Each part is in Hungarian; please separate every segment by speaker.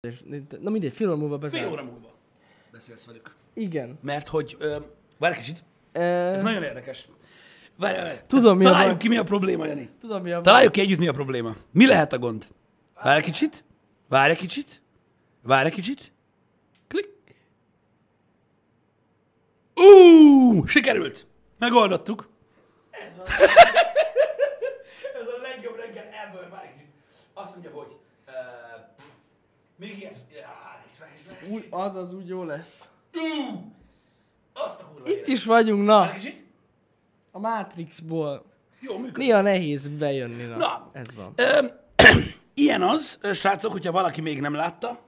Speaker 1: És, na mindegy, fél óra múlva bezár.
Speaker 2: Fél óra múlva beszélsz velük.
Speaker 1: Igen.
Speaker 2: Mert hogy... Ö, várj kicsit. Ez
Speaker 1: E,
Speaker 2: nagyon érdekes. Várj, várj.
Speaker 1: Tudom, mi a
Speaker 2: Találjuk
Speaker 1: baj.
Speaker 2: ki, mi a probléma, Jani.
Speaker 1: tudom, mi a
Speaker 2: Találjuk ki együtt, mi a probléma. Mi lehet a gond? Várj egy kicsit. Várj egy kicsit. Várj egy kicsit. Klik. Ú, sikerült. Megoldottuk. Ez, a legjobb reggel ever. Várj egy kicsit. Azt mondja, hogy... Uh, még ilyes. Várj, várj, várj.
Speaker 1: Új, az az úgy jó lesz.
Speaker 2: Ú, Azt a kurva
Speaker 1: Itt
Speaker 2: élet.
Speaker 1: is vagyunk, na.
Speaker 2: Várj egy kicsit.
Speaker 1: A Matrixból.
Speaker 2: Jó, működik.
Speaker 1: Néha nehéz bejönni, na.
Speaker 2: Na.
Speaker 1: Ez van.
Speaker 2: Ö, ilyen az, ö, srácok, hogyha valaki még nem látta,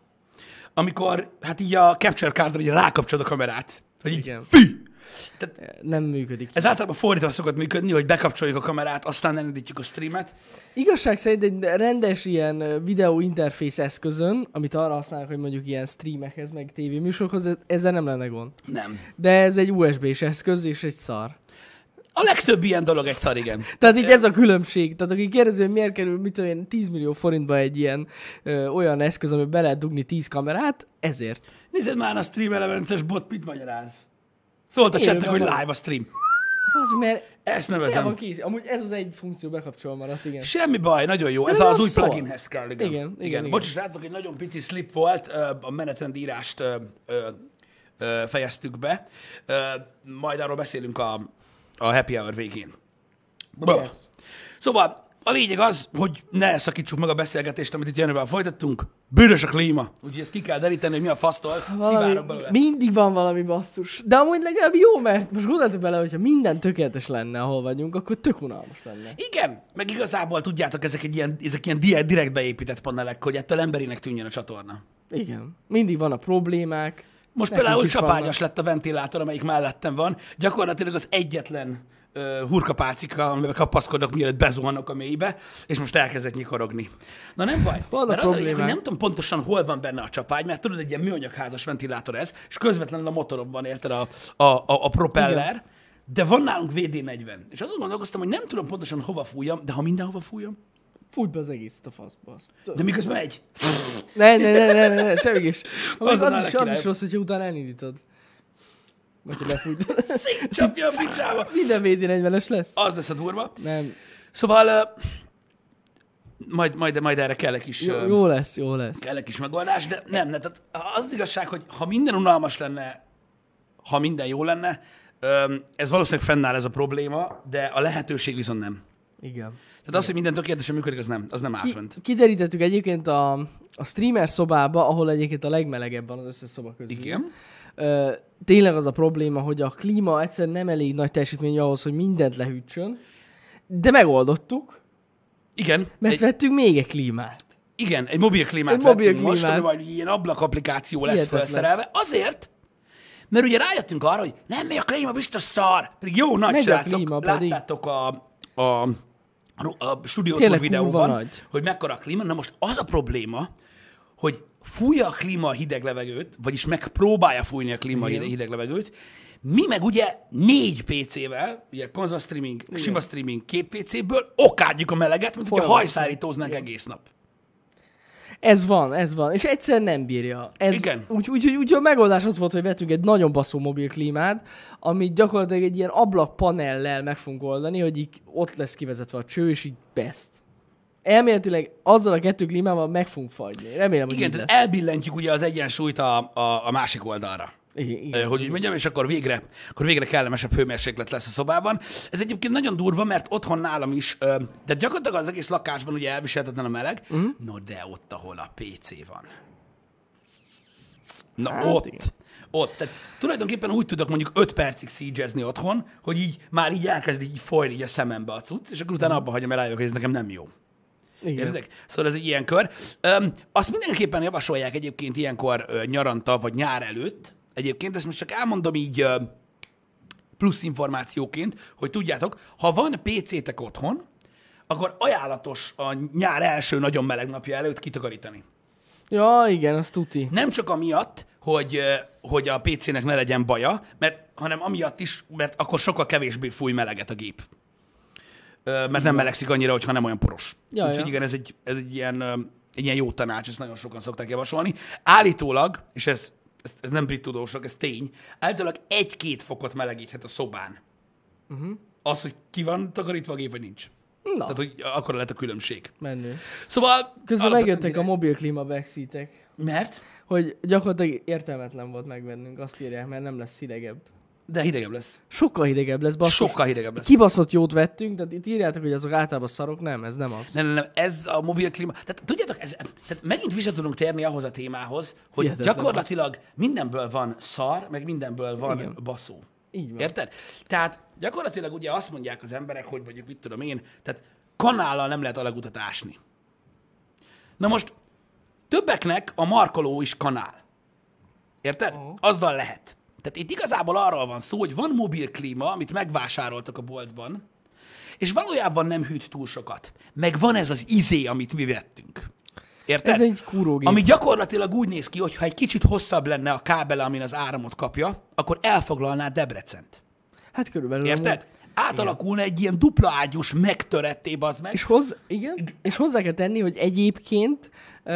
Speaker 2: amikor hát így a capture cardra így rákapcsolod a kamerát. Hogy így,
Speaker 1: Igen.
Speaker 2: fű!
Speaker 1: Nem működik.
Speaker 2: Ez általában fordítva szokott működni, hogy bekapcsoljuk a kamerát, aztán elindítjuk a streamet.
Speaker 1: Igazság szerint egy rendes ilyen ö, videó interfész eszközön, amit arra használnak, hogy mondjuk ilyen streamekhez, meg tévéműsorokhoz, ez- ezzel nem lenne gond.
Speaker 2: Nem.
Speaker 1: De ez egy USB-s eszköz, és egy szar.
Speaker 2: A legtöbb ilyen dolog egy szar, igen.
Speaker 1: Tehát így ez a különbség. Tehát aki kérdezi, hogy miért kerül, mit tudom én, 10 millió forintba egy ilyen ö, olyan eszköz, amiben be lehet dugni 10 kamerát, ezért.
Speaker 2: Nézed már a Stream Elements-es bot mit magyaráz. Szólt a csetnek, hogy
Speaker 1: van.
Speaker 2: live a stream.
Speaker 1: Az, mert
Speaker 2: Ezt
Speaker 1: fel van
Speaker 2: nevezem.
Speaker 1: kész. Amúgy ez az egy funkció bekapcsolva maradt, igen.
Speaker 2: Semmi baj, nagyon jó. Ez
Speaker 1: nem
Speaker 2: az új
Speaker 1: szól.
Speaker 2: pluginhez kell, igen.
Speaker 1: Igen, igen, igen.
Speaker 2: Bocs, srácok, egy nagyon pici slip volt, ö, a menetrend írást ö, ö, ö, fejeztük be. Ö, Majd arról beszélünk a, a happy hour végén. Yes. Szóval a lényeg az, hogy ne szakítsuk meg a beszélgetést, amit itt Jenővel folytattunk. Bűrös a klíma, úgyhogy ezt ki kell deríteni, hogy mi a fasztól
Speaker 1: Hát Valami,
Speaker 2: szivárog belőle.
Speaker 1: mindig van valami basszus. De amúgy legalább jó, mert most gondoljatok bele, hogyha minden tökéletes lenne, ahol vagyunk, akkor tök unalmas lenne.
Speaker 2: Igen, meg igazából tudjátok, ezek, egy ilyen, ezek ilyen di- direkt beépített panelek, hogy ettől emberinek tűnjön a csatorna.
Speaker 1: Igen. Mindig van a problémák.
Speaker 2: Most
Speaker 1: Nekünk
Speaker 2: például
Speaker 1: is
Speaker 2: csapágyas lett a ventilátor, amelyik mellettem van. Gyakorlatilag az egyetlen ö, hurkapálcika, amivel kapaszkodok, mielőtt bezuhanok a mélybe, és most elkezdett nyikorogni. Na nem baj,
Speaker 1: Vannak
Speaker 2: mert az a lényeg, hogy
Speaker 1: problémák.
Speaker 2: nem tudom pontosan, hol van benne a csapágy, mert tudod, egy ilyen műanyagházas ventilátor ez, és közvetlenül a motorom van, érted, a, a, a, a propeller, Igen. de van nálunk VD40, és azon gondolkoztam, hogy nem tudom pontosan hova fújjam, de ha mindenhova fújjam,
Speaker 1: Fújj be az egészet a faszba. azt-
Speaker 2: de miközben megy.
Speaker 1: Ne, ne, ne, ne, ne, ne semmi is. Amúgy
Speaker 2: Azonnal
Speaker 1: Az, is, az
Speaker 2: lekirály.
Speaker 1: is rossz, hogyha utána elindítod. Vagy ha lefújtad.
Speaker 2: Csapja a picsába!
Speaker 1: Minden VD 40-es lesz.
Speaker 2: Az lesz a durva.
Speaker 1: Nem.
Speaker 2: Szóval ö, majd, majd, majd erre kell egy kis,
Speaker 1: Jó,
Speaker 2: ö,
Speaker 1: jó lesz, jó lesz.
Speaker 2: kell egy kis megoldás, de nem, ne, tehát az, az igazság, hogy ha minden unalmas lenne, ha minden jó lenne, ö, ez valószínűleg fennáll ez a probléma, de a lehetőség viszont nem.
Speaker 1: Igen.
Speaker 2: Tehát az, hogy minden tökéletesen működik, az nem, az nem áll
Speaker 1: Ki,
Speaker 2: fönt.
Speaker 1: kiderítettük egyébként a, a streamer szobába, ahol egyébként a legmelegebb van az összes szoba közül.
Speaker 2: Igen.
Speaker 1: Ö, tényleg az a probléma, hogy a klíma egyszerűen nem elég nagy teljesítmény ahhoz, hogy mindent lehűtsön, de megoldottuk,
Speaker 2: Igen,
Speaker 1: mert
Speaker 2: egy,
Speaker 1: vettünk még egy klímát.
Speaker 2: igen, egy mobil klímát
Speaker 1: Egy mobil
Speaker 2: vettünk most,
Speaker 1: klímát.
Speaker 2: ami majd ilyen ablak applikáció lesz
Speaker 1: Hihetetlen.
Speaker 2: felszerelve. Azért, mert ugye rájöttünk arra, hogy nem, mi a klíma biztos szar, pedig jó nagy
Speaker 1: Megy a
Speaker 2: srácok,
Speaker 1: klíma pedig.
Speaker 2: láttátok a, a, a Studio Tour
Speaker 1: Tényleg kurva
Speaker 2: videóban,
Speaker 1: nagy.
Speaker 2: hogy mekkora a klíma. Na most az a probléma, hogy fújja a klíma a hideg levegőt, vagyis megpróbálja fújni a klíma Igen. hideg levegőt, mi meg ugye négy PC-vel, ugye konzol streaming, Igen. sima streaming két PC-ből okádjuk a meleget, mint hogyha
Speaker 1: Folyamatosan.
Speaker 2: hajszárítóznánk egész nap.
Speaker 1: Ez van, ez van, és egyszer nem bírja. Ez,
Speaker 2: Igen.
Speaker 1: Úgy, úgy, úgy, úgy a megoldás az volt, hogy vettünk egy nagyon baszó mobil klímát, amit gyakorlatilag egy ilyen ablakpanellel meg fogunk oldani, hogy így ott lesz kivezetve a cső, és így best. Elméletileg azzal a kettő klímával meg fogunk fagyni. Remélem, hogy
Speaker 2: Igen,
Speaker 1: így
Speaker 2: tehát
Speaker 1: lesz.
Speaker 2: elbillentjük ugye az egyensúlyt a, a, a másik oldalra.
Speaker 1: Igen,
Speaker 2: Ö,
Speaker 1: igen.
Speaker 2: Hogy úgy mondjam, és akkor végre, akkor végre kellemesebb hőmérséklet lesz a szobában. Ez egyébként nagyon durva, mert otthon nálam is, ö, de gyakorlatilag az egész lakásban ugye elviselhetetlen a meleg,
Speaker 1: Mhm.
Speaker 2: mm. no de ott, ahol a PC van. Na
Speaker 1: Hát
Speaker 2: hát ott,
Speaker 1: igen.
Speaker 2: igen. ott. Tehát tulajdonképpen úgy tudok mondjuk 5 percig szígyezni otthon, hogy így már így elkezd így folyni így a szemembe a cucc, és akkor utána
Speaker 1: Mhm.
Speaker 2: abba hagyom, mert rájövök, hogy ez nekem nem jó.
Speaker 1: igen.
Speaker 2: Értek? Szóval ez egy ilyen kör. Öm, azt mindenképpen javasolják egyébként ilyenkor ö, nyaranta, vagy nyár előtt. Egyébként ezt most csak elmondom így ö, plusz információként, hogy tudjátok, ha van PC-tek otthon, akkor ajánlatos a nyár első nagyon meleg napja előtt kitakarítani.
Speaker 1: Ja, igen, az tuti.
Speaker 2: Nem csak amiatt, hogy, ö, hogy a PC-nek ne legyen baja, mert, hanem amiatt is, mert akkor sokkal kevésbé fúj meleget a gép. Ö, Mert nem melegszik annyira, hogyha nem olyan poros.
Speaker 1: Ja,
Speaker 2: Úgyhogy
Speaker 1: ja.
Speaker 2: igen, ez egy, ez egy ilyen ö, egy ilyen jó tanács, ezt nagyon sokan szokták javasolni. Állítólag, és ez, ez, ez nem brit tudósok, ez tény, állítólag egy-két fokot melegíthet a szobán. Uh-huh. Az, hogy ki van takarítva a gép, vagy nincs.
Speaker 1: Mhm. Na.
Speaker 2: Tehát, hogy akkor lehet a különbség.
Speaker 1: Menő.
Speaker 2: Szóval...
Speaker 1: Közben
Speaker 2: alapvetően
Speaker 1: megjöttek a mobil klíma backseatek,
Speaker 2: Mert?
Speaker 1: hogy gyakorlatilag értelmetlen volt megvennünk, azt írják, mert nem lesz hidegebb.
Speaker 2: De hidegebb lesz.
Speaker 1: Sokkal hidegebb lesz, basszus.
Speaker 2: Sokkal hidegebb lesz.
Speaker 1: Kibaszott jót vettünk, tehát itt írjátok, hogy azok általában szarok, nem, ez nem az.
Speaker 2: Nem, nem, nem, ez a mobil klíma. Tehát tudjátok, ez, tehát megint vissza tudunk térni ahhoz a témához, hogy
Speaker 1: Hihetetlen
Speaker 2: gyakorlatilag mindenből van szar, meg mindenből van
Speaker 1: Igen.
Speaker 2: baszó.
Speaker 1: Így van.
Speaker 2: Érted? Tehát gyakorlatilag ugye azt mondják az emberek, hogy mondjuk mit tudom én, tehát kanállal nem lehet alagutat ásni. Na most többeknek a markoló is kanál. Érted? Azzal lehet. Tehát itt igazából arról van szó, hogy van mobil klíma, amit megvásároltak a boltban, és valójában nem hűt túl sokat. Meg van ez az izé, amit mi vettünk. Érted?
Speaker 1: Ez egy kúrógép.
Speaker 2: Ami gyakorlatilag úgy néz ki, hogy ha egy kicsit hosszabb lenne a kábel, amin az áramot kapja, akkor elfoglalná Debrecent.
Speaker 1: Hát körülbelül.
Speaker 2: Érted?
Speaker 1: amúgy.
Speaker 2: Átalakulna egy ilyen dupla ágyus, megtöretté az meg.
Speaker 1: És, hoz, igen, és hozzá kell tenni, hogy egyébként ö,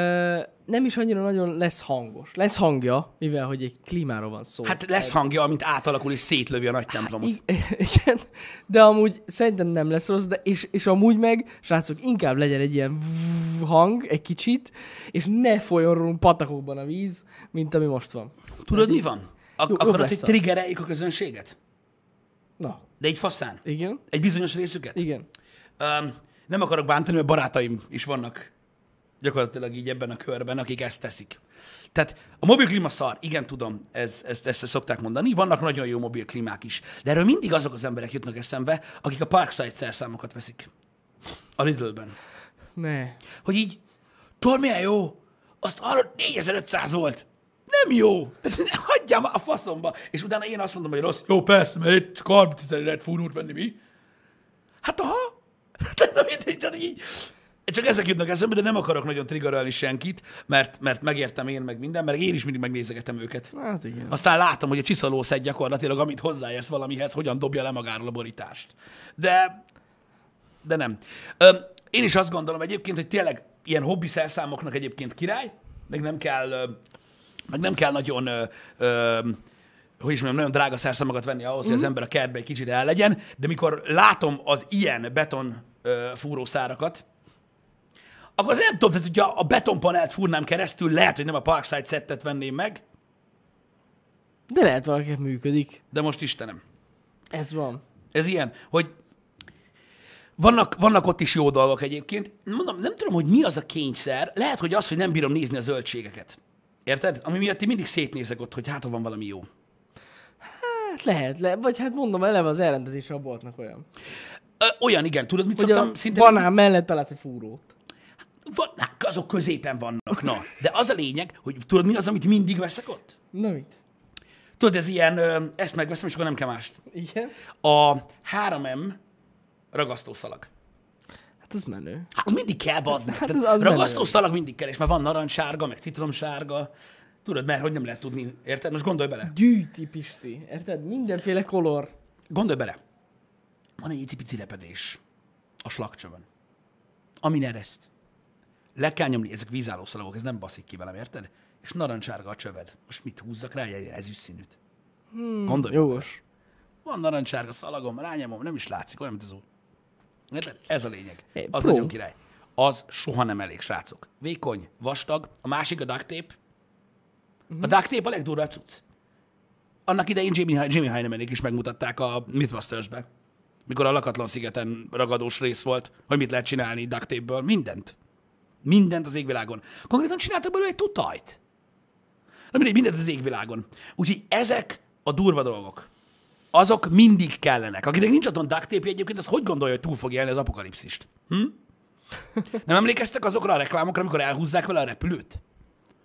Speaker 1: nem is annyira nagyon lesz hangos. Lesz hangja, mivel hogy egy klímáról van szó.
Speaker 2: Hát lesz hangja, amint átalakul és szétlövi a nagy templomot.
Speaker 1: I- igen, de amúgy szerintem nem lesz rossz, de és, és amúgy meg, srácok, inkább legyen egy ilyen vvv hang egy kicsit, és ne folyjon rólunk patakokban a víz, mint ami most van.
Speaker 2: Tudod, mi van? Ak-
Speaker 1: Jó, jobb
Speaker 2: akarod,
Speaker 1: lesz
Speaker 2: hogy
Speaker 1: az.
Speaker 2: triggereljük a közönséget?
Speaker 1: Na,
Speaker 2: De így faszán?
Speaker 1: igen,
Speaker 2: Egy bizonyos részüket?
Speaker 1: igen.
Speaker 2: Um, nem akarok bántani, mert barátaim is vannak gyakorlatilag így ebben a körben, akik ezt teszik. Tehát a mobil klíma szar, igen, tudom, ez, ezt, ezt szokták mondani, vannak nagyon jó mobil klímák is, de erről mindig azok az emberek jutnak eszembe, akik a Parkside szerszámokat veszik. A Lidlben.
Speaker 1: Ne.
Speaker 2: Hogy így, tudod milyen jó? Azt arra 4500 volt. Nem jó. Tehát ne Hagyjam a faszomba. És utána én azt mondom, hogy rossz. Jó, persze, mert itt csak 30 ezer lehet fúrót venni, mi? Hát aha. Tehát nem érted, tehát így... Csak ezek jutnak eszembe, de nem akarok nagyon triggerölni senkit, mert, mert megértem én meg minden, mert én is mindig megnézegetem őket.
Speaker 1: Hát igen.
Speaker 2: Aztán látom, hogy a csiszolószed gyakorlatilag, amit hozzáérsz valamihez, hogyan dobja le magáról a borítást. De, de nem. Ö, én is azt gondolom egyébként, hogy tényleg ilyen hobbi szerszámoknak egyébként király, meg nem kell, ö, meg nem kell nagyon, ö, ö, hogy is mondjam, nagyon drága szerszámokat venni ahhoz, hogy az ember a kertbe egy kicsit el legyen, de mikor látom az ilyen beton ö, fúrószárakat, akkor az nem tudom, tehát hogyha a betonpanelt fúrnám keresztül, lehet, hogy nem a Parkside szettet venném meg,
Speaker 1: De lehet valakinek működik.
Speaker 2: de most Istenem.
Speaker 1: Ez van.
Speaker 2: Ez ilyen, hogy vannak, vannak ott is jó dolgok egyébként. Mondom, nem tudom, hogy mi az a kényszer. Lehet, hogy az, hogy nem bírom nézni a zöldségeket. Érted? Ami miatt én mindig szétnézek ott, hogy hát ha van valami jó.
Speaker 1: Hát lehet, le, vagy hát mondom, eleve az elrendezése a boltnak olyan.
Speaker 2: Ö, olyan, igen, tudod, mit
Speaker 1: Hogy
Speaker 2: szoktam?
Speaker 1: a banán mellett találsz egy fúrót.
Speaker 2: Van, hát azok középen vannak, na. De az a lényeg, hogy tudod, mi az, amit mindig veszek ott?
Speaker 1: Na mit?
Speaker 2: Tudod, ez ilyen, ö, ezt megveszem, és akkor nem kell mást.
Speaker 1: Igen?
Speaker 2: A 3M ragasztószalag.
Speaker 1: Hát az menő.
Speaker 2: Hát mindig kell, bazd meg.
Speaker 1: Hát
Speaker 2: Tehát
Speaker 1: az- az
Speaker 2: ragasztó
Speaker 1: menő.
Speaker 2: szalag mindig kell, és már van narancssárga, meg citromsárga. Tudod, mert hogy nem lehet tudni, érted? Most gondolj bele.
Speaker 1: Gyűjti, Pisti. Érted? Mindenféle kolor.
Speaker 2: Gondolj bele. Van egy icipici lepedés a slagcsövön, ami ereszt. Le kell nyomni, ezek vízálló szalagok, ez nem baszik ki velem, érted? És narancssárga a csöved. Most mit húzzak rá, egy ezüst színűt. Hmm, Gondolj. bele.
Speaker 1: Jogos.
Speaker 2: Van narancsárga szalagom, rányomom, nem is látszik, olyan, mint az új. Érted? Ez a lényeg.
Speaker 1: Hey,
Speaker 2: az
Speaker 1: pró.
Speaker 2: nagyon király. Az soha nem elég, srácok. Vékony, vastag, a másik a duct tape. A duct tape a legdurvább cucc. Annak idején Jimmy, Jimmy Heinemanék is megmutatták a Mythbusters-be, mikor a lakatlan szigeten ragadós rész volt, hogy mit lehet csinálni duct tape-ből. Mindent. Mindent az égvilágon. Konkrétan csináltak belőle egy tutajt. Na mindegy, mindent az égvilágon. Úgyhogy ezek a durva dolgok. Azok mindig kellenek. Akinek nincs otthon duct tape egyébként, az hogy gondolja, hogy túl fog élni az apokalipszist? Hm? Nem emlékeztek azokra a reklámokra, amikor elhúzzák vele a repülőt?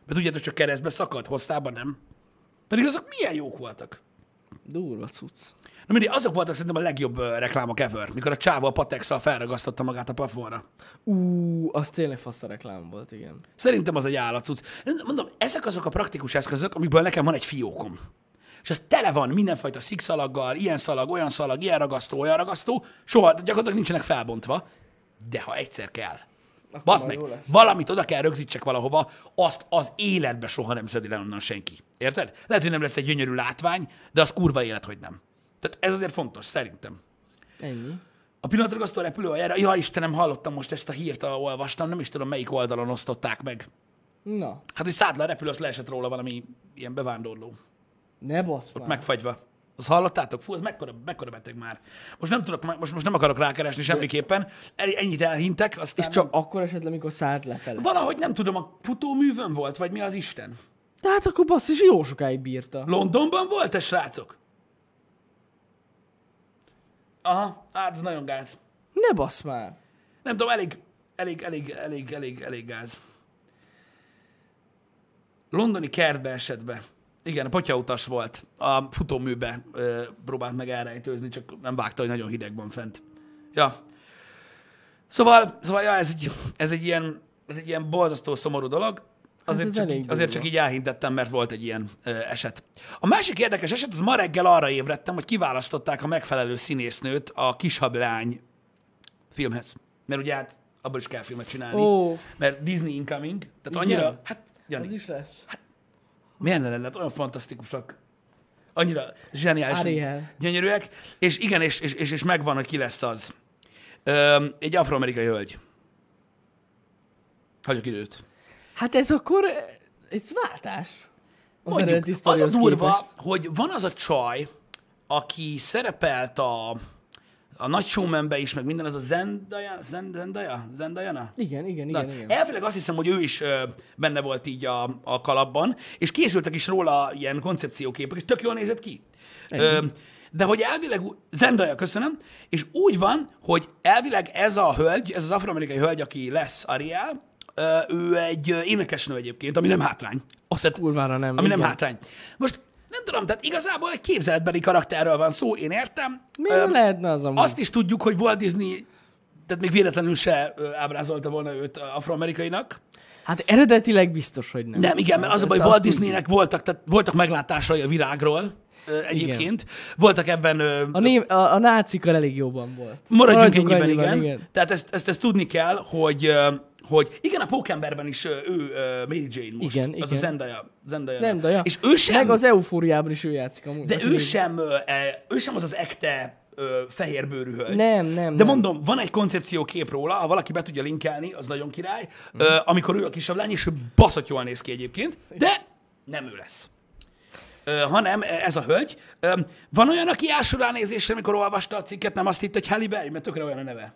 Speaker 2: Mert tudjátok, csak keresztbe szakadt, hosszában nem. Pedig azok milyen jók voltak.
Speaker 1: Durva cucc.
Speaker 2: Na mindig, azok voltak szerintem a legjobb ö, reklámok ever, mikor a csávó a patexsal felragasztotta magát a plafonra.
Speaker 1: Ú, az tényleg fasz a reklám volt, igen.
Speaker 2: Szerintem az egy állatcuc. Mondom, ezek azok a praktikus eszközök, amikből nekem van egy fiókom. És az tele van mindenfajta szikszalaggal, ilyen szalag, olyan szalag, ilyen ragasztó, olyan ragasztó, soha gyakorlatilag nincsenek felbontva, de ha egyszer kell,
Speaker 1: Akkor
Speaker 2: Baszd
Speaker 1: majd
Speaker 2: meg,
Speaker 1: jó lesz.
Speaker 2: valamit oda kell rögzítsek valahova, azt az életbe soha nem szedi le onnan senki. Érted? Lehet, hogy nem lesz egy gyönyörű látvány, de az kurva élet, hogy nem. Tehát ez azért fontos, szerintem.
Speaker 1: Ennyi.
Speaker 2: A pillanatragasztó repülőhajára, ja Istenem, hallottam most ezt a hírt, ahol olvastam, nem is tudom melyik oldalon osztották meg.
Speaker 1: Na,
Speaker 2: Hát, hogy szállt le a repülő, azt leesett róla valami ilyen bevándorló.
Speaker 1: ne basz már.
Speaker 2: Megfagyva. Azt hallottátok? Fú, ez mekkora, mekkora beteg már. Most nem tudok, most, most nem akarok rákeresni semmiképpen. El, ennyit elhintek, aztán...
Speaker 1: És csak akkor esetleg, mikor szállt lefelé.
Speaker 2: Valahogy nem tudom, a futóművön volt, vagy mi az Isten?
Speaker 1: De hát akkor basszus, jó sokáig bírta.
Speaker 2: Londonban volt-e, srácok? Aha, hát ez nagyon gáz.
Speaker 1: Ne basz már.
Speaker 2: Nem tudom, elég, elég, elég, elég, elég, elég gáz. Londoni kertbe esett be. Igen, a potyautas volt. A futóműbe ö, próbált meg elrejtőzni, csak nem vágta, hogy nagyon hideg van fent. Ja. Szóval, szóval ja, ez, egy, ez, egy ilyen, ez egy ilyen borzasztó szomorú dolog. Azért,
Speaker 1: ez
Speaker 2: csak
Speaker 1: elég
Speaker 2: így, azért
Speaker 1: durva.
Speaker 2: csak így elhintettem, mert volt egy ilyen ö, eset. A másik érdekes eset, az ma reggel arra ébredtem, hogy kiválasztották a megfelelő színésznőt a Kishablány filmhez. Mert ugye hát abból is kell filmet csinálni.
Speaker 1: Ó.
Speaker 2: Mert Disney incoming. Tehát
Speaker 1: Igen.
Speaker 2: annyira, hát Jani, Hát-
Speaker 1: Az is lesz.
Speaker 2: milyen ne lett, olyan fantasztikusak. Annyira zseniális,
Speaker 1: Ariel.
Speaker 2: gyönyörűek. És igen, és, és, és, és megvan, hogy ki lesz az. Öm, egy afroamerikai hölgy. Hagyok időt.
Speaker 1: Hát ez akkor, ez váltás. Az eredeti
Speaker 2: Mondjuk, az a
Speaker 1: sztorihoz
Speaker 2: durva,
Speaker 1: képest.
Speaker 2: hogy van az a csaj, aki szerepelt a, a nagy showmanbe is, meg minden, az a Zendaya, Zend- Zendaya, Zendaya?
Speaker 1: Igen, igen, igen, igen.
Speaker 2: Elvileg azt hiszem, hogy ő is ö, benne volt így a, a kalapban, és készültek is róla ilyen koncepcióképek, és tök jól nézett ki. Ö, de hogy elvileg, ú- Zendaya, köszönöm, és úgy van, hogy elvileg ez a hölgy, ez az afroamerikai hölgy, aki lesz Ariel, ö, ő egy ö, énekesnő egyébként, ami nem hátrány.
Speaker 1: Az kurvára nem,
Speaker 2: Ami nem hát,
Speaker 1: igen.
Speaker 2: hátrány. Most nem tudom, tehát igazából egy képzeletbeli karakterről van szó, én értem.
Speaker 1: Miért
Speaker 2: Ö,
Speaker 1: nem lehetne az amúgy?
Speaker 2: azt is tudjuk, hogy Walt Disney tehát még véletlenül se ö, ábrázolta volna őt ö, afroamerikainak.
Speaker 1: Hát eredetileg biztos, hogy nem.
Speaker 2: Nem, igen, mert az a baj,
Speaker 1: Persze,
Speaker 2: Walt
Speaker 1: azt tudjuk.
Speaker 2: Disneynek voltak, tehát voltak meglátásai a virágról ö, egyébként. Voltak ebben... ö,
Speaker 1: A, ném, a, a nácikkal elég jóban volt.
Speaker 2: Maradjunk, ennyiben, igen. igen. Tehát ezt, ezt, ezt tudni kell, hogy, ö, hogy igen, a Pókemberben is ö, ő ö, Mary Jane most.
Speaker 1: Igen,
Speaker 2: az a
Speaker 1: igen.
Speaker 2: Zendaya. Zendaya.
Speaker 1: Zendaya.
Speaker 2: És ő sem...
Speaker 1: Meg az eufóriában is ő játszik amúgy.
Speaker 2: De
Speaker 1: Aki
Speaker 2: ő
Speaker 1: még-
Speaker 2: sem, ö, e, ő sem az az ekte ö, fehérbőrű hölgy.
Speaker 1: Nem, nem,
Speaker 2: De
Speaker 1: nem.
Speaker 2: mondom, van egy koncepció kép róla, ha valaki be tudja linkelni, az nagyon király, mm. ö, amikor ő a kisebb lány, és ő baszott jól néz ki egyébként, de nem ő lesz. Ö, hanem e, ez a hölgy. Ö, van olyan, aki első ránézésre, amikor olvasta a cikket, nem azt hitt, hogy Halle Berry, mert tökre olyan a neve.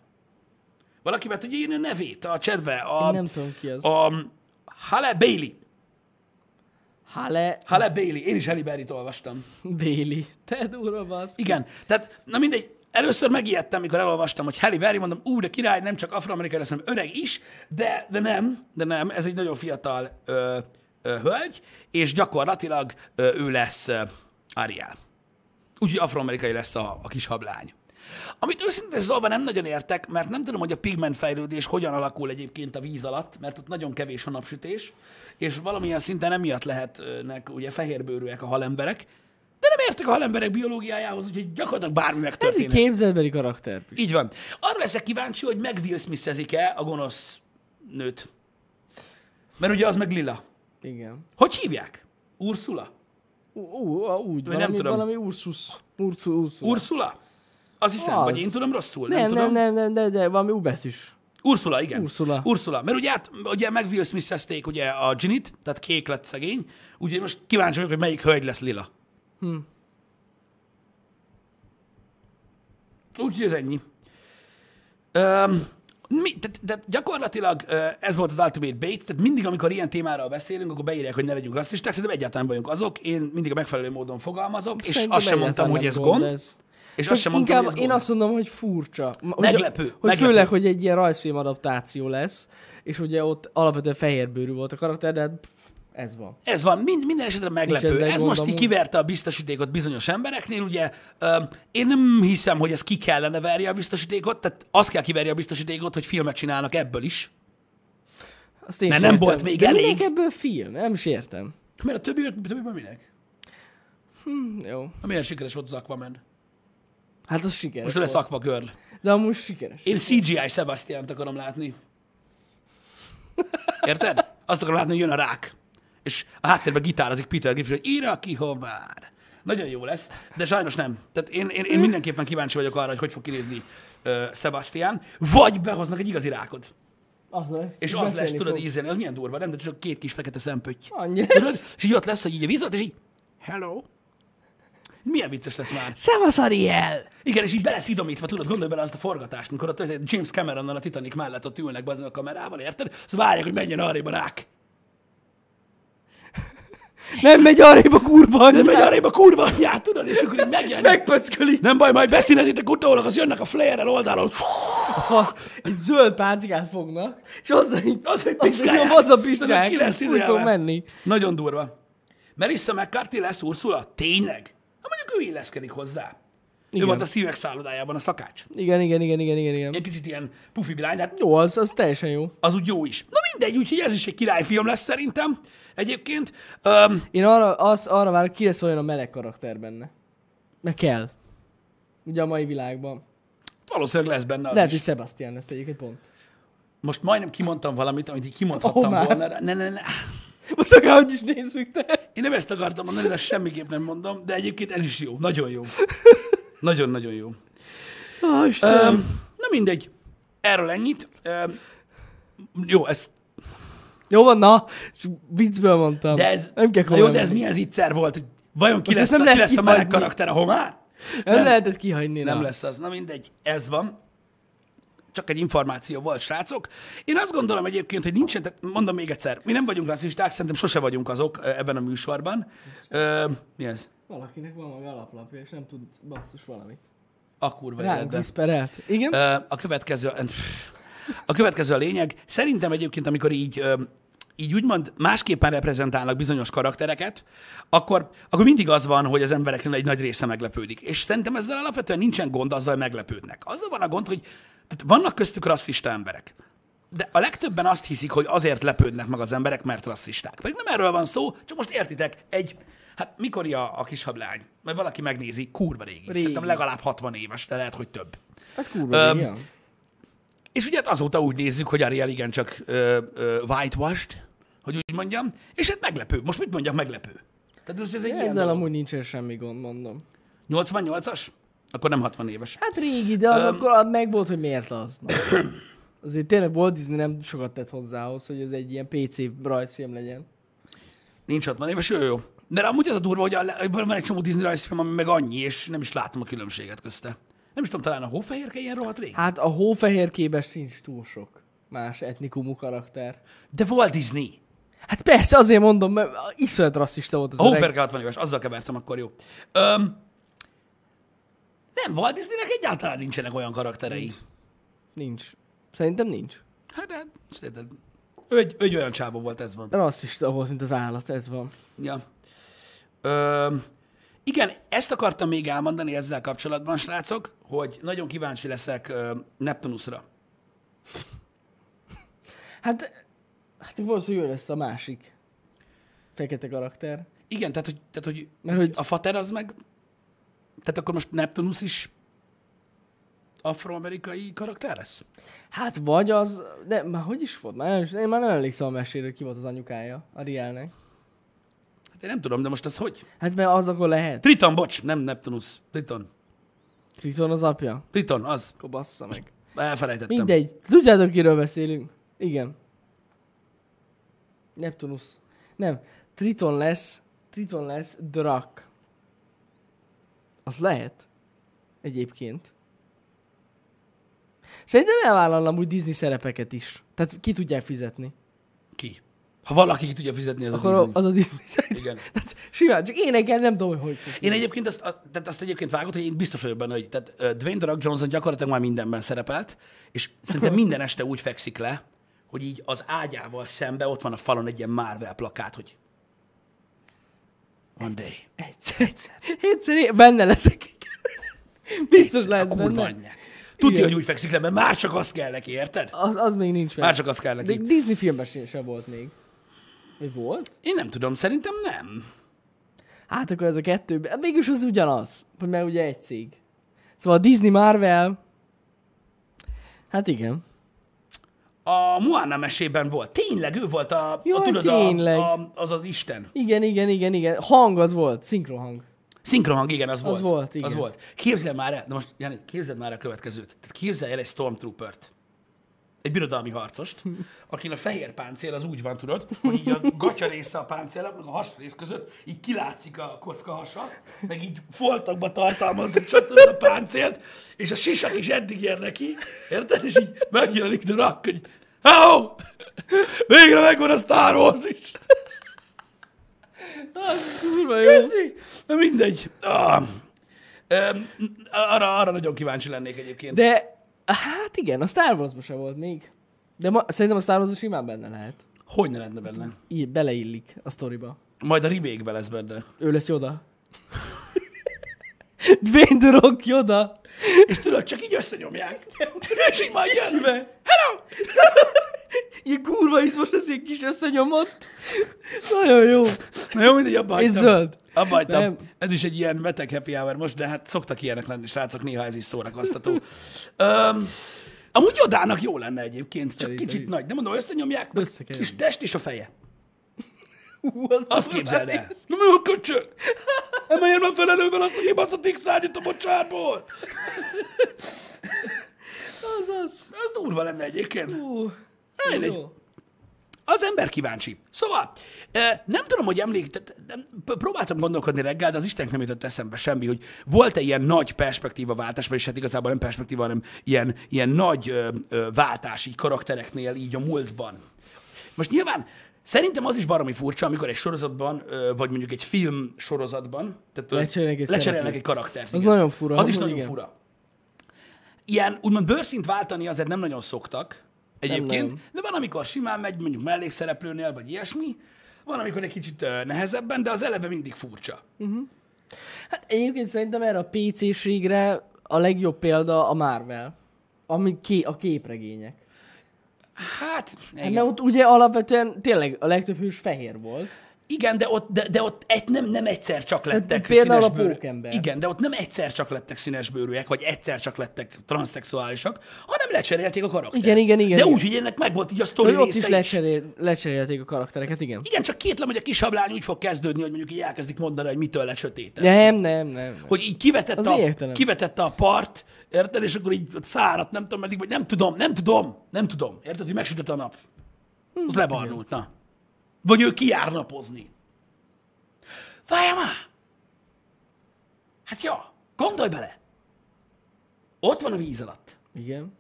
Speaker 2: Valaki be tudja írni a nevét, a csedve, a,
Speaker 1: Én nem tudom ki az.
Speaker 2: a Halle Bailey.
Speaker 1: Hale
Speaker 2: Halle Bailey. Én is Halle Berryt olvastam.
Speaker 1: Béli. Te durva basz.
Speaker 2: Igen. Tehát, na mindegy, először megijedtem, mikor elolvastam, hogy Halle Berry, mondom, ú, de király, nem csak afroamerikai lesz, hanem öreg is, de, de nem, de nem, ez egy nagyon fiatal ö, ö, hölgy, és gyakorlatilag ö, ő lesz ö, Ariel. Úgyhogy afroamerikai lesz a, a kis hablány. Amit őszintén szólva nem nagyon értek, mert nem tudom, hogy a pigment fejlődés hogyan alakul egyébként a víz alatt, mert ott nagyon kevés a napsütés, és valamilyen szinten emiatt lehetnek ugye fehérbőrűek a halemberek, de nem értek a halemberek biológiájához, úgyhogy gyakorlatilag bármi
Speaker 1: Ez egy
Speaker 2: megtörténhet.
Speaker 1: képzelbeli karakter.
Speaker 2: Így van. Arra leszek kíváncsi, hogy meg Will Smith-ezik-e a gonosz nőt. Mert ugye az meg Lila.
Speaker 1: Igen.
Speaker 2: Hogy hívják? Ursula?
Speaker 1: Ú, ú, á, úgy, valami,
Speaker 2: nem
Speaker 1: nem
Speaker 2: tudom.
Speaker 1: tudom. valami Ursus. Ursu, Ursu.
Speaker 2: Ursula? Azt hiszem,
Speaker 1: Az.
Speaker 2: vagy én tudom rosszul?
Speaker 1: nem,
Speaker 2: nem
Speaker 1: nem,
Speaker 2: tudom.
Speaker 1: nem, nem, nem, nem, nem, valami ubetűs.
Speaker 2: Ursula, igen.
Speaker 1: Ursula.
Speaker 2: Ursula. Mert ugye, hát, ugye meg Will smith ugye a Ginit, tehát kék lett szegény, úgyhogy most kíváncsi vagyok, hogy melyik hölgy lesz lila. Hm. Úgyhogy ez ennyi. Öm, mi, tehát, tehát gyakorlatilag ö, ez volt az Ultimate Bait, tehát mindig, amikor ilyen témáról beszélünk, akkor beírják, hogy ne legyünk rasszisták, szerintem egyáltalán nem vagyunk azok, én mindig a megfelelő módon fogalmazok, és
Speaker 1: Szerintem
Speaker 2: azt sem mondtam,
Speaker 1: egyáltalán
Speaker 2: hogy ez
Speaker 1: nem
Speaker 2: gond,
Speaker 1: ez.
Speaker 2: és
Speaker 1: Csak
Speaker 2: azt sem mondtam,
Speaker 1: inkább
Speaker 2: hogy ez
Speaker 1: én
Speaker 2: gond.
Speaker 1: azt mondom, hogy furcsa. Ma-
Speaker 2: Meglepő,
Speaker 1: Hogy, hogy
Speaker 2: meglepő.
Speaker 1: főleg, hogy egy ilyen rajzfilm adaptáció lesz, és ugye ott alapvetően fehérbőrű volt a karakter, de hát pff, ez van.
Speaker 2: Ez van, mind, minden esetre meglepő.
Speaker 1: Nincs ezzel
Speaker 2: Ez
Speaker 1: gond
Speaker 2: most így
Speaker 1: amúgy.
Speaker 2: kiverte a biztosítékot bizonyos embereknél, ugye öm, én nem hiszem, hogy ez ki kellene verje a biztosítékot, tehát azt kell kiverje a biztosítékot, hogy filmet csinálnak ebből is.
Speaker 1: Azt én
Speaker 2: Mert
Speaker 1: sem
Speaker 2: nem
Speaker 1: értem.
Speaker 2: volt még
Speaker 1: De
Speaker 2: elég.
Speaker 1: minek ebből film? Nem is értem.
Speaker 2: Mert a többi, többiben minek?
Speaker 1: Hm, Jó.
Speaker 2: Amilyen sikeres volt az Aquaman.
Speaker 1: Hát az sikeres
Speaker 2: Most lesz
Speaker 1: volt.
Speaker 2: Aqua Girl.
Speaker 1: De amúgy sikeres.
Speaker 2: Én CGI Sebastian-t akarom látni. Érted? Azt akarom látni, hogy jön a rák. És a háttérben gitározik Peter Griffin, hogy írja ki, ha már. Nagyon jó lesz, de sajnos nem. Tehát én, én, én mindenképpen kíváncsi vagyok arra, hogy hogy fog kinézni uh, Sebastian. Vagy behoznak egy igazi rákot.
Speaker 1: Az lesz.
Speaker 2: És az lesz, tudod, ízelni, az milyen durva, nem? De csak két kis fekete szempötty.
Speaker 1: Annyi
Speaker 2: Tudod?
Speaker 1: lesz.
Speaker 2: És így ott lesz, hogy így a vízat, és így, hello. Milyen vicces lesz már.
Speaker 1: Szevasz, Ariel!
Speaker 2: Igen, és így beleszidomítva, tudod, gondolj bele azt a forgatást, amikor ott eh, James Cameronnal a Titanic mellett ott ülnek be azon a kamerával, érted? Azt várják, hogy menjen arrébb a rák.
Speaker 1: Nem megy arrébb a kurva
Speaker 2: Nem megy
Speaker 1: anyját.
Speaker 2: arrébb a kurva anyját, tudod, és akkor így megjelenik.
Speaker 1: Megpöcköli.
Speaker 2: Nem baj, majd beszínezitek utólag, az jönnek a flare oldalról.
Speaker 1: a faszt. Egy zöld páncikát fognak, és azzal így,
Speaker 2: Az, hogy
Speaker 1: azzal,
Speaker 2: piszkálják.
Speaker 1: az a
Speaker 2: Tudod,
Speaker 1: piszkálják.
Speaker 2: Ki lesz
Speaker 1: Úgy fog
Speaker 2: izélve.
Speaker 1: menni.
Speaker 2: Nagyon durva. Melissa McCarthy lesz Ursula? Tényleg? Ha mondjuk ő illeszkedik hozzá. Igen.
Speaker 1: Igen.
Speaker 2: Ő volt a szívek szállodájában a szakács.
Speaker 1: Igen, igen, igen, igen, igen, igen.
Speaker 2: Egy kicsit ilyen pufi vilány, de hát
Speaker 1: Jó, az, az teljesen jó.
Speaker 2: az úgy jó is. Na mindegy, úgyhogy ez is egy királyfilm lesz szerintem egyébként. Um,
Speaker 1: Én arra, az, arra várok, ki lesz olyan a meleg karakter benne. Meg kell. Ugye a mai világban.
Speaker 2: valószínűleg lesz benne az
Speaker 1: Lehet,
Speaker 2: is.
Speaker 1: hogy Sebastian lesz egyébként pont.
Speaker 2: Most majdnem kimondtam valamit, amit így kimondhattam
Speaker 1: Ó, már.
Speaker 2: volna. Ne, ne, ne.
Speaker 1: Most akárhogy is nézzük, de...
Speaker 2: Én nem ezt akartam mondani, de semmiképp nem mondom, de egyébként ez is jó. Nagyon jó. Nagyon-nagyon jó.
Speaker 1: Ó,
Speaker 2: Um,
Speaker 1: Istenem.
Speaker 2: na mindegy. Erről ennyit. Um, jó, ez,
Speaker 1: Jó van, na, és viccből mondtam.
Speaker 2: de ez,
Speaker 1: nem kell
Speaker 2: na jó, de ez
Speaker 1: komolyan
Speaker 2: milyen zicser volt, hogy vajon ki
Speaker 1: Most
Speaker 2: lesz,
Speaker 1: ezt nem
Speaker 2: nem ki
Speaker 1: lehet
Speaker 2: lesz a meleg
Speaker 1: kihagyni.
Speaker 2: karakter a homár?
Speaker 1: venni. Nem, lehetett kihagyni.
Speaker 2: Nem
Speaker 1: na.
Speaker 2: lesz az. Na mindegy, ez van. Csak egy információ volt, srácok. Én azt gondolom egyébként, hogy nincsen, tehát mondom még egyszer, mi nem vagyunk rasszisták, szerintem sose vagyunk azok ö, ebben a műsorban. Ö, mi ez?
Speaker 1: Valakinek van maga alaplapja, és nem tud basszus valamit.
Speaker 2: A kurva
Speaker 1: Ránk
Speaker 2: életben.
Speaker 1: viszperelt. Igen?
Speaker 2: Ö, A következő, a következő a lényeg. Szerintem egyébként, amikor így, ö, így úgymond másképpen reprezentálnak bizonyos karaktereket, akkor, akkor mindig az van, hogy az embereknek egy nagy része meglepődik. És szerintem ezzel alapvetően nincsen gond, azzal hogy meglepődnek. Azzal van a gond, hogy tehát vannak köztük rasszista emberek. De a legtöbben azt hiszik, hogy azért lepődnek meg az emberek, mert rasszisták. Pedig nem erről van szó, csak most értitek, egy, hát mikor a, a kis hablány? Majd valaki megnézi, kurva régi. régi.
Speaker 1: Régi.
Speaker 2: Szerintem legalább 60 éves, de lehet, hogy több.
Speaker 1: Hát kurva,
Speaker 2: Öm,
Speaker 1: igen.
Speaker 2: És ugye hát azóta úgy nézzük, hogy Ariel igencsak ö, ö, whitewashed, hogy úgy mondjam, és hát meglepő. Most mit mondjak, meglepő? Tehát most ez egy ilyen
Speaker 1: Ezzel amúgy nincsen semmi gond, mondom.
Speaker 2: dolog. 88-as? Akkor nem 60 éves.
Speaker 1: Hát régi, de az um, akkor meg volt, hogy miért az. Na. Azért tényleg Walt Disney nem sokat tett hozzá ahhoz, hogy ez egy ilyen PC rajzfilm legyen.
Speaker 2: Nincs 60 éves, jó, jó. De amúgy az a durva, hogy a, van egy csomó Disney rajzfilm, ami meg annyi, és nem is látom a különbséget közte. Nem is tudom, talán a hófehérke ilyen rohadt rég.
Speaker 1: Hát a hófehérkében sincs túl sok más etnikumú karakter.
Speaker 2: De Walt Disney.
Speaker 1: Hát persze, azért mondom, mert iszonyat rasszista volt az
Speaker 2: A
Speaker 1: öreg.
Speaker 2: hófehérke 60 éves, azzal kevertem, akkor jó. Öm, nem, Walt Disneynek egyáltalán nincsenek olyan karakterei.
Speaker 1: Nincs. Szerintem nincs.
Speaker 2: Hát, hát szerinted. Ő egy, ő egy olyan csávó volt, ez van.
Speaker 1: Rasszista volt, mint az állat, ez van.
Speaker 2: Ja. Ö, igen, ezt akartam még elmondani ezzel kapcsolatban, srácok, hogy nagyon kíváncsi leszek ö, Neptunusra.
Speaker 1: Hát, hát valószínűleg jön össze a másik fekete karakter.
Speaker 2: Igen, tehát hogy, tehát, hogy,
Speaker 1: Mert hogy-
Speaker 2: a fater az meg... Tehát akkor most Neptunus is afroamerikai karakter lesz?
Speaker 1: Hát vagy az, de már hogy is volt? Már nem, is- én már nem emlékszem a mesére, hogy ki volt az anyukája a Rielnek.
Speaker 2: Hát én nem tudom, de most ez hogy?
Speaker 1: Hát mert az akkor lehet.
Speaker 2: Triton, bocs, nem Neptunus. Triton.
Speaker 1: Triton az apja?
Speaker 2: Triton, az.
Speaker 1: Akkor bassza meg.
Speaker 2: Elfelejtettem.
Speaker 1: Mindegy. Tudjátok, kiről beszélünk? Igen. Neptunus. Nem. Triton lesz. Triton lesz Drak. Az lehet. Egyébként. Szerintem elvállalnám úgy Disney szerepeket is. Tehát ki tudják fizetni.
Speaker 2: Ki? Ha valaki ki tudja fizetni, ez
Speaker 1: Akkor
Speaker 2: a Disney.
Speaker 1: az a Disney szerint.
Speaker 2: Igen.
Speaker 1: Tehát simán, csak énekel, nem tudom, hogy hogy fog
Speaker 2: Én egyébként azt, a- tehát azt egyébként vágott, hogy én biztos vagyok benne, hogy tehát ö, Dwayne The Rock Johnson gyakorlatilag már mindenben szerepelt, és szerintem minden este úgy fekszik le, hogy így az ágyával szembe ott van a falon egy ilyen Marvel plakát, hogy One day.
Speaker 1: Egyszer, egyszer. Egyszer, én benne leszek. Biztos lehet
Speaker 2: A kurva
Speaker 1: benne.
Speaker 2: anyját. Tudja,
Speaker 1: Igen.
Speaker 2: hogy úgy fekszik le, mert már csak az kell neki, érted?
Speaker 1: Az, az még nincs meg.
Speaker 2: Már csak az kell
Speaker 1: De
Speaker 2: neki.
Speaker 1: Disney filmben sem, sem volt még. Vagy volt?
Speaker 2: Én nem tudom, szerintem nem.
Speaker 1: Hát akkor ez a kettő. hát Mégis az ugyanaz. Hogy mert ugye egy cég. Szóval a Disney Marvel... Hát igen.
Speaker 2: A, a Moana mesében volt. Tényleg ő volt a,
Speaker 1: Jaj,
Speaker 2: a tudod,
Speaker 1: tényleg.
Speaker 2: A, a, az az Isten.
Speaker 1: Igen, igen, igen, igen. Hang az volt, szinkrohang.
Speaker 2: Szinkrohang, igen, az volt.
Speaker 1: volt, igen.
Speaker 2: Az volt. Képzel már el, na most, Jani, képzeld már el a következőt. Tehát képzelj el egy Stormtroopert. Egy birodalmi harcost, akin a fehér páncél az úgy van, tudod, hogy így a gatya része a páncél, meg a has rész között, így kilátszik a kocka hasa, meg így foltokba tartalmazza csatlakozza a páncélt, és a sisak is eddig ér neki, érted? És így megjelenik a rak, hogy Hello! Végre megvan a Star Wars is!
Speaker 1: Az kurva jó.
Speaker 2: Köszi! Na mindegy. Ah. Öm, arra, arra nagyon kíváncsi lennék egyébként. De...
Speaker 1: De, hát igen, a Star Wars-ban se volt még. De ma, szerintem a Star Wars simán benne lehet.
Speaker 2: Hogy ne lenne benne?
Speaker 1: Így beleillik a sztoriba.
Speaker 2: Majd a remake lesz benne.
Speaker 1: Ő lesz Yoda. Dwayne The Rock Yoda.
Speaker 2: És tudod, csak így összenyomják. És így már jön.
Speaker 1: Hello! Ilyen kurva izmos lesz, ilyen kis összenyomott. Nagyon jó.
Speaker 2: Na jó, mindegy, abba
Speaker 1: És
Speaker 2: hagytam.
Speaker 1: zöld.
Speaker 2: Abba hagytam.
Speaker 1: Nem.
Speaker 2: Ez is egy ilyen beteg happy hour most, de hát szoktak ilyenek lenni, srácok, néha ez is szórakoztató. Öm, amúgy Jodának jó lenne egyébként, csak
Speaker 1: Szerintem
Speaker 2: kicsit
Speaker 1: is.
Speaker 2: nagy. De mondom, összenyomják, meg
Speaker 1: Össze kell
Speaker 2: kis
Speaker 1: nyomni.
Speaker 2: test és a feje.
Speaker 1: Hú, az
Speaker 2: Azt képzeld el. Na mi a köcsög? Emeljen már felelővel azt a kibaszott X-szárnyat a bocsárból.
Speaker 1: Az az.
Speaker 2: Ez durva lenne egyébként.
Speaker 1: Hú.
Speaker 2: Mindegy.
Speaker 1: Jó.
Speaker 2: Az ember kíváncsi. Szóval, eh, nem tudom, hogy emlék, tehát nem- p- próbáltam gondolkodni reggel, de az Istennek nem jutott eszembe semmi, hogy volt-e ilyen nagy perspektíva váltás, vagyis hát igazából nem perspektíva, hanem ilyen, ilyen nagy ö, ö, váltás így karaktereknél, így a múltban. Most nyilván szerintem az is baromi furcsa, amikor egy sorozatban, ö, vagy mondjuk egy film sorozatban, tehát ö,
Speaker 1: Lecserélnek egy
Speaker 2: lecserélnek
Speaker 1: szereplőt.
Speaker 2: egy karaktert.
Speaker 1: Az nagyon fura,
Speaker 2: Az is
Speaker 1: amúgy
Speaker 2: nagyon
Speaker 1: igen.
Speaker 2: fura ilyen úgymond bőrszint váltani azért nem nagyon szoktak egyébként,
Speaker 1: nagyon.
Speaker 2: de van, amikor simán megy, mondjuk mellékszereplőnél, vagy ilyesmi, van, amikor egy kicsit ö, nehezebben, de az eleve mindig furcsa.
Speaker 1: Hát egyébként szerintem erre a PC-ségre a legjobb példa a Marvel. Ami ké- a képregények.
Speaker 2: Hát,
Speaker 1: Hát,
Speaker 2: igen,
Speaker 1: mert ott ugye alapvetően tényleg a legtöbb hős fehér volt.
Speaker 2: igen de ott, de, de ott egy, nem, nem egyszer csak lettek
Speaker 1: például a
Speaker 2: színesbőrű-
Speaker 1: Pókember.
Speaker 2: Igen, de ott nem egyszer csak lettek színesbőrűek, vagy egyszer csak lettek transzexuálisak, hanem lecserélték a karaktert.
Speaker 1: Igen, igen, igen,
Speaker 2: De
Speaker 1: igen.
Speaker 2: úgy, hogy ennek meg volt így a sztori
Speaker 1: Hogy ott is,
Speaker 2: része is.
Speaker 1: lecserél, lecserélték a karaktereket, igen.
Speaker 2: Igen, csak kétlem, hogy a kis hablány úgy fog kezdődni, hogy mondjuk így elkezdik mondani, hogy mitől lett sötét.
Speaker 1: Nem, nem, nem. nem.
Speaker 2: hogy így kivetette
Speaker 1: Az
Speaker 2: a,
Speaker 1: lényegtelen.
Speaker 2: kivetette a part, érted, és akkor így ott száradt, nem tudom meddig, vagy nem tudom, nem tudom, nem tudom, érted, hogy megsütött a nap. Az lebarnult, na. Vagy ő kijár napozni. Várjál már! Hát ja, gondolj bele! Ott van a víz alatt.
Speaker 1: Igen.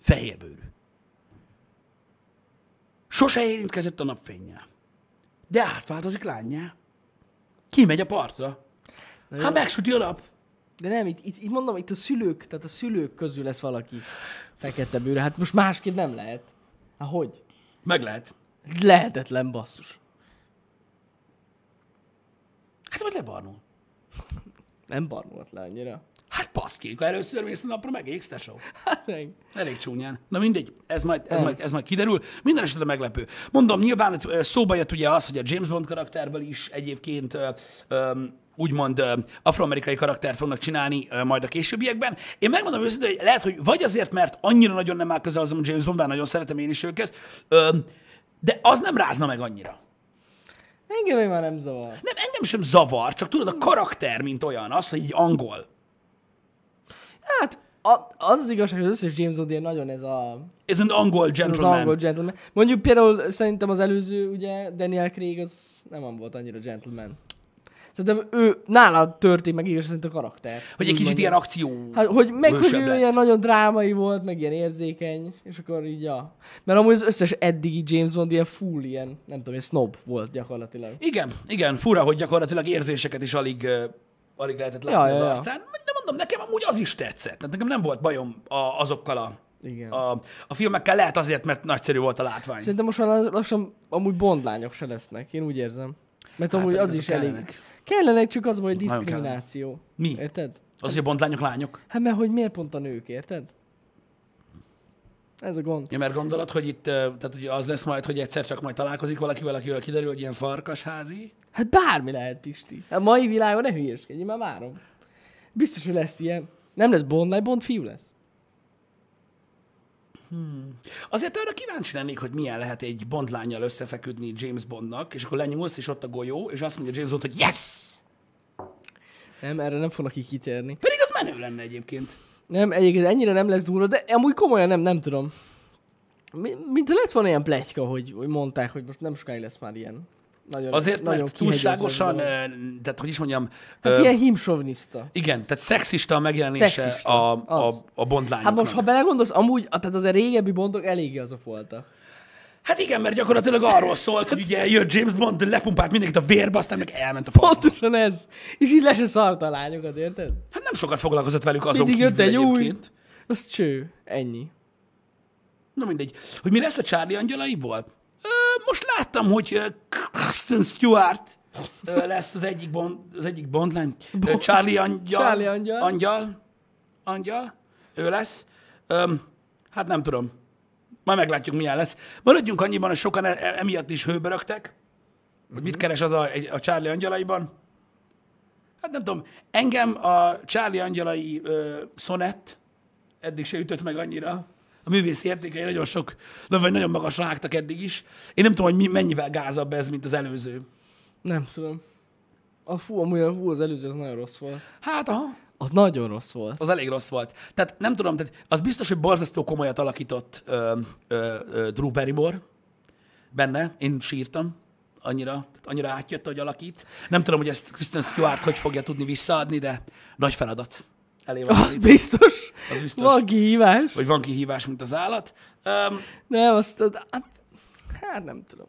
Speaker 2: Fehérbőrű. Sose érintkezett a napfénnyel. De átváltozik lányjá. Kimegy a partra. Hát megsüti a nap.
Speaker 1: De nem, itt, itt, itt mondom, itt a szülők, tehát a szülők közül lesz valaki fekete bőre. Hát most másképp nem lehet. Hát hogy?
Speaker 2: Meg lehet.
Speaker 1: Lehetetlen basszus.
Speaker 2: Hát vagy lebarnul.
Speaker 1: Nem barnult le annyira.
Speaker 2: Hát paszki, ha először mész a napra, megégsz, tesó.
Speaker 1: Hát meg.
Speaker 2: Elég csúnyán. Na mindegy, ez majd, ez, majd, ez majd kiderül. Minden esetre meglepő. Mondom, nyilván ö, szóba jött ugye az, hogy a James Bond karakterből is egyébként ö, ö, úgymond ö, afroamerikai karaktert fognak csinálni ö, majd a későbbiekben. Én megmondom őszintén, hogy lehet, hogy vagy azért, mert annyira nagyon nem áll közel azon James Bond, bár nagyon szeretem én is őket, ö, de az nem rázna meg annyira.
Speaker 1: Engem még már nem zavar.
Speaker 2: Nem, engem sem zavar, csak tudod, a karakter, mint olyan, az, hogy így angol.
Speaker 1: Hát a, az az igazság, hogy az összes James Bond ilyen nagyon ez a
Speaker 2: Ez egy angol
Speaker 1: ez az
Speaker 2: gentleman.
Speaker 1: angol gentleman. Mondjuk például szerintem az előző, ugye Daniel Craig az nem volt annyira gentleman. Szerintem ő, nála történt meg igaz szerint a karakter.
Speaker 2: Hogy egy
Speaker 1: Úgy
Speaker 2: kicsit
Speaker 1: mondjam.
Speaker 2: ilyen akció.
Speaker 1: Hát, hogy meg, hogy
Speaker 2: hősebb
Speaker 1: ő
Speaker 2: lett.
Speaker 1: ilyen nagyon drámai volt, meg ilyen érzékeny, és akkor így, ja. Mert amúgy az összes eddigi James Bond ilyen full ilyen, nem tudom, ilyen snob volt gyakorlatilag.
Speaker 2: Igen, igen, fura, hogy gyakorlatilag érzéseket is alig, ö, alig lehetett látni
Speaker 1: Ja,
Speaker 2: az
Speaker 1: ja, ja.
Speaker 2: arcán. De mondom, nekem amúgy az is tetszett. Tehát nekem nem volt bajom a, azokkal a,
Speaker 1: Igen.
Speaker 2: a, a filmekkel. Lehet azért, mert nagyszerű volt a látvány.
Speaker 1: Szerintem most már lassan amúgy Bond lányok se lesznek, én úgy érzem. Mert amúgy
Speaker 2: Hát, pedig
Speaker 1: az
Speaker 2: azok
Speaker 1: is elég.
Speaker 2: kellenek.
Speaker 1: Kellenek, csak az, hogy
Speaker 2: kellenek.
Speaker 1: diszkrimináció.
Speaker 2: Mi?
Speaker 1: Érted?
Speaker 2: Az, hogy a bondlányok lányok.
Speaker 1: Hát mert hogy miért pont a nők, érted? Ez a gond.
Speaker 2: Ja, mert gondolod, hogy itt ö, tehát ugye az lesz majd, hogy egyszer csak majd találkozik valakivel, akivel kiderül, hogy ilyen farkasházi.
Speaker 1: Hát bármi lehet, Pisti. A mai világon ne hülyeskedj, én már várom. Biztos, hogy lesz ilyen. Nem lesz Bond, lány, Bond fiú lesz.
Speaker 2: Azért arra kíváncsi lennék, hogy milyen lehet egy bondlányjal összefeküdni James Bondnak, és akkor lenyúlsz, és ott a golyó, és azt mondja James Bond, hogy yes!
Speaker 1: Nem, erre nem fognak így kitérni.
Speaker 2: Pedig az menő lenne egyébként.
Speaker 1: Nem, egyébként ennyire nem lesz durva, de amúgy komolyan nem, nem tudom. Mi- Mint ha lett volna ilyen pletyka, hogy, hogy mondták, hogy most nem sokáig lesz már ilyen. Nagyon,
Speaker 2: Azért, mert
Speaker 1: kihegyezve
Speaker 2: túlságosan,
Speaker 1: dolog.
Speaker 2: ö, tehát hogy is mondjam,
Speaker 1: Hát
Speaker 2: ö,
Speaker 1: ilyen Hát himsovnista.
Speaker 2: igen, tehát szexista a megjelenése
Speaker 1: Szexista,
Speaker 2: a,
Speaker 1: az.
Speaker 2: a, a
Speaker 1: Hát
Speaker 2: bondlányoknak.
Speaker 1: most, ha belegondolsz, amúgy, a- tehát az a régebbi bondok eléggé azok voltak.
Speaker 2: Hát igen, mert gyakorlatilag arról szólt, hogy ugye jött James Bond, de lepumpált mindenkit a vérbe, aztán meg elment a faszba.
Speaker 1: Pontosan ez. És így le se szart a lányokat, érted?
Speaker 2: Hát nem sokat foglalkozott velük azon
Speaker 1: Mindig
Speaker 2: kívül
Speaker 1: jött egy új.
Speaker 2: egyébként.
Speaker 1: Az cső. Ennyi.
Speaker 2: Na mindegy. Hogy mi lesz a Charlie angyalaiból? Ö, most láttam, hogy ö, Kristen Stewart ö, lesz az egyik bond, az egyik bondlány. Ö, Charlie angyal.
Speaker 1: Charlie angyal.
Speaker 2: Angyal. Angyal. Ő lesz. Ö, hát nem tudom. Majd meglátjuk, milyen lesz. Maradjunk annyiban, hogy sokan e- e- emiatt is hőbe raktak, hogy
Speaker 1: Mhm.
Speaker 2: mit keres az a, egy- a Charlie angyalaiban. Hát nem tudom, engem a Charlie angyalai ö, szonett eddig se ütött meg annyira. A művész értékei nagyon sok, na, vagy nagyon magasra hágtak eddig is. Én nem tudom, hogy mi, mennyivel gázabb ez, mint az előző.
Speaker 1: Nem tudom. A fú, amúgy a fú, az előző az nagyon rossz volt.
Speaker 2: Hát, aha.
Speaker 1: Az nagyon rossz volt.
Speaker 2: Az elég rossz volt. Tehát nem tudom, tehát az biztos, hogy borzasztó komolyat alakított ö, ö, ö, Drew Barrymore benne. Én sírtam annyira, tehát annyira átjött, hogy alakít. Nem tudom, hogy ezt Kristen Stewart hogy fogja tudni visszaadni, de nagy feladat. Elé van
Speaker 1: Az
Speaker 2: állítva.
Speaker 1: biztos.
Speaker 2: Az biztos.
Speaker 1: Van kihívás.
Speaker 2: Vagy van kihívás, mint az állat. Öm,
Speaker 1: Nem, azt... Az, hát- hát nem tudom.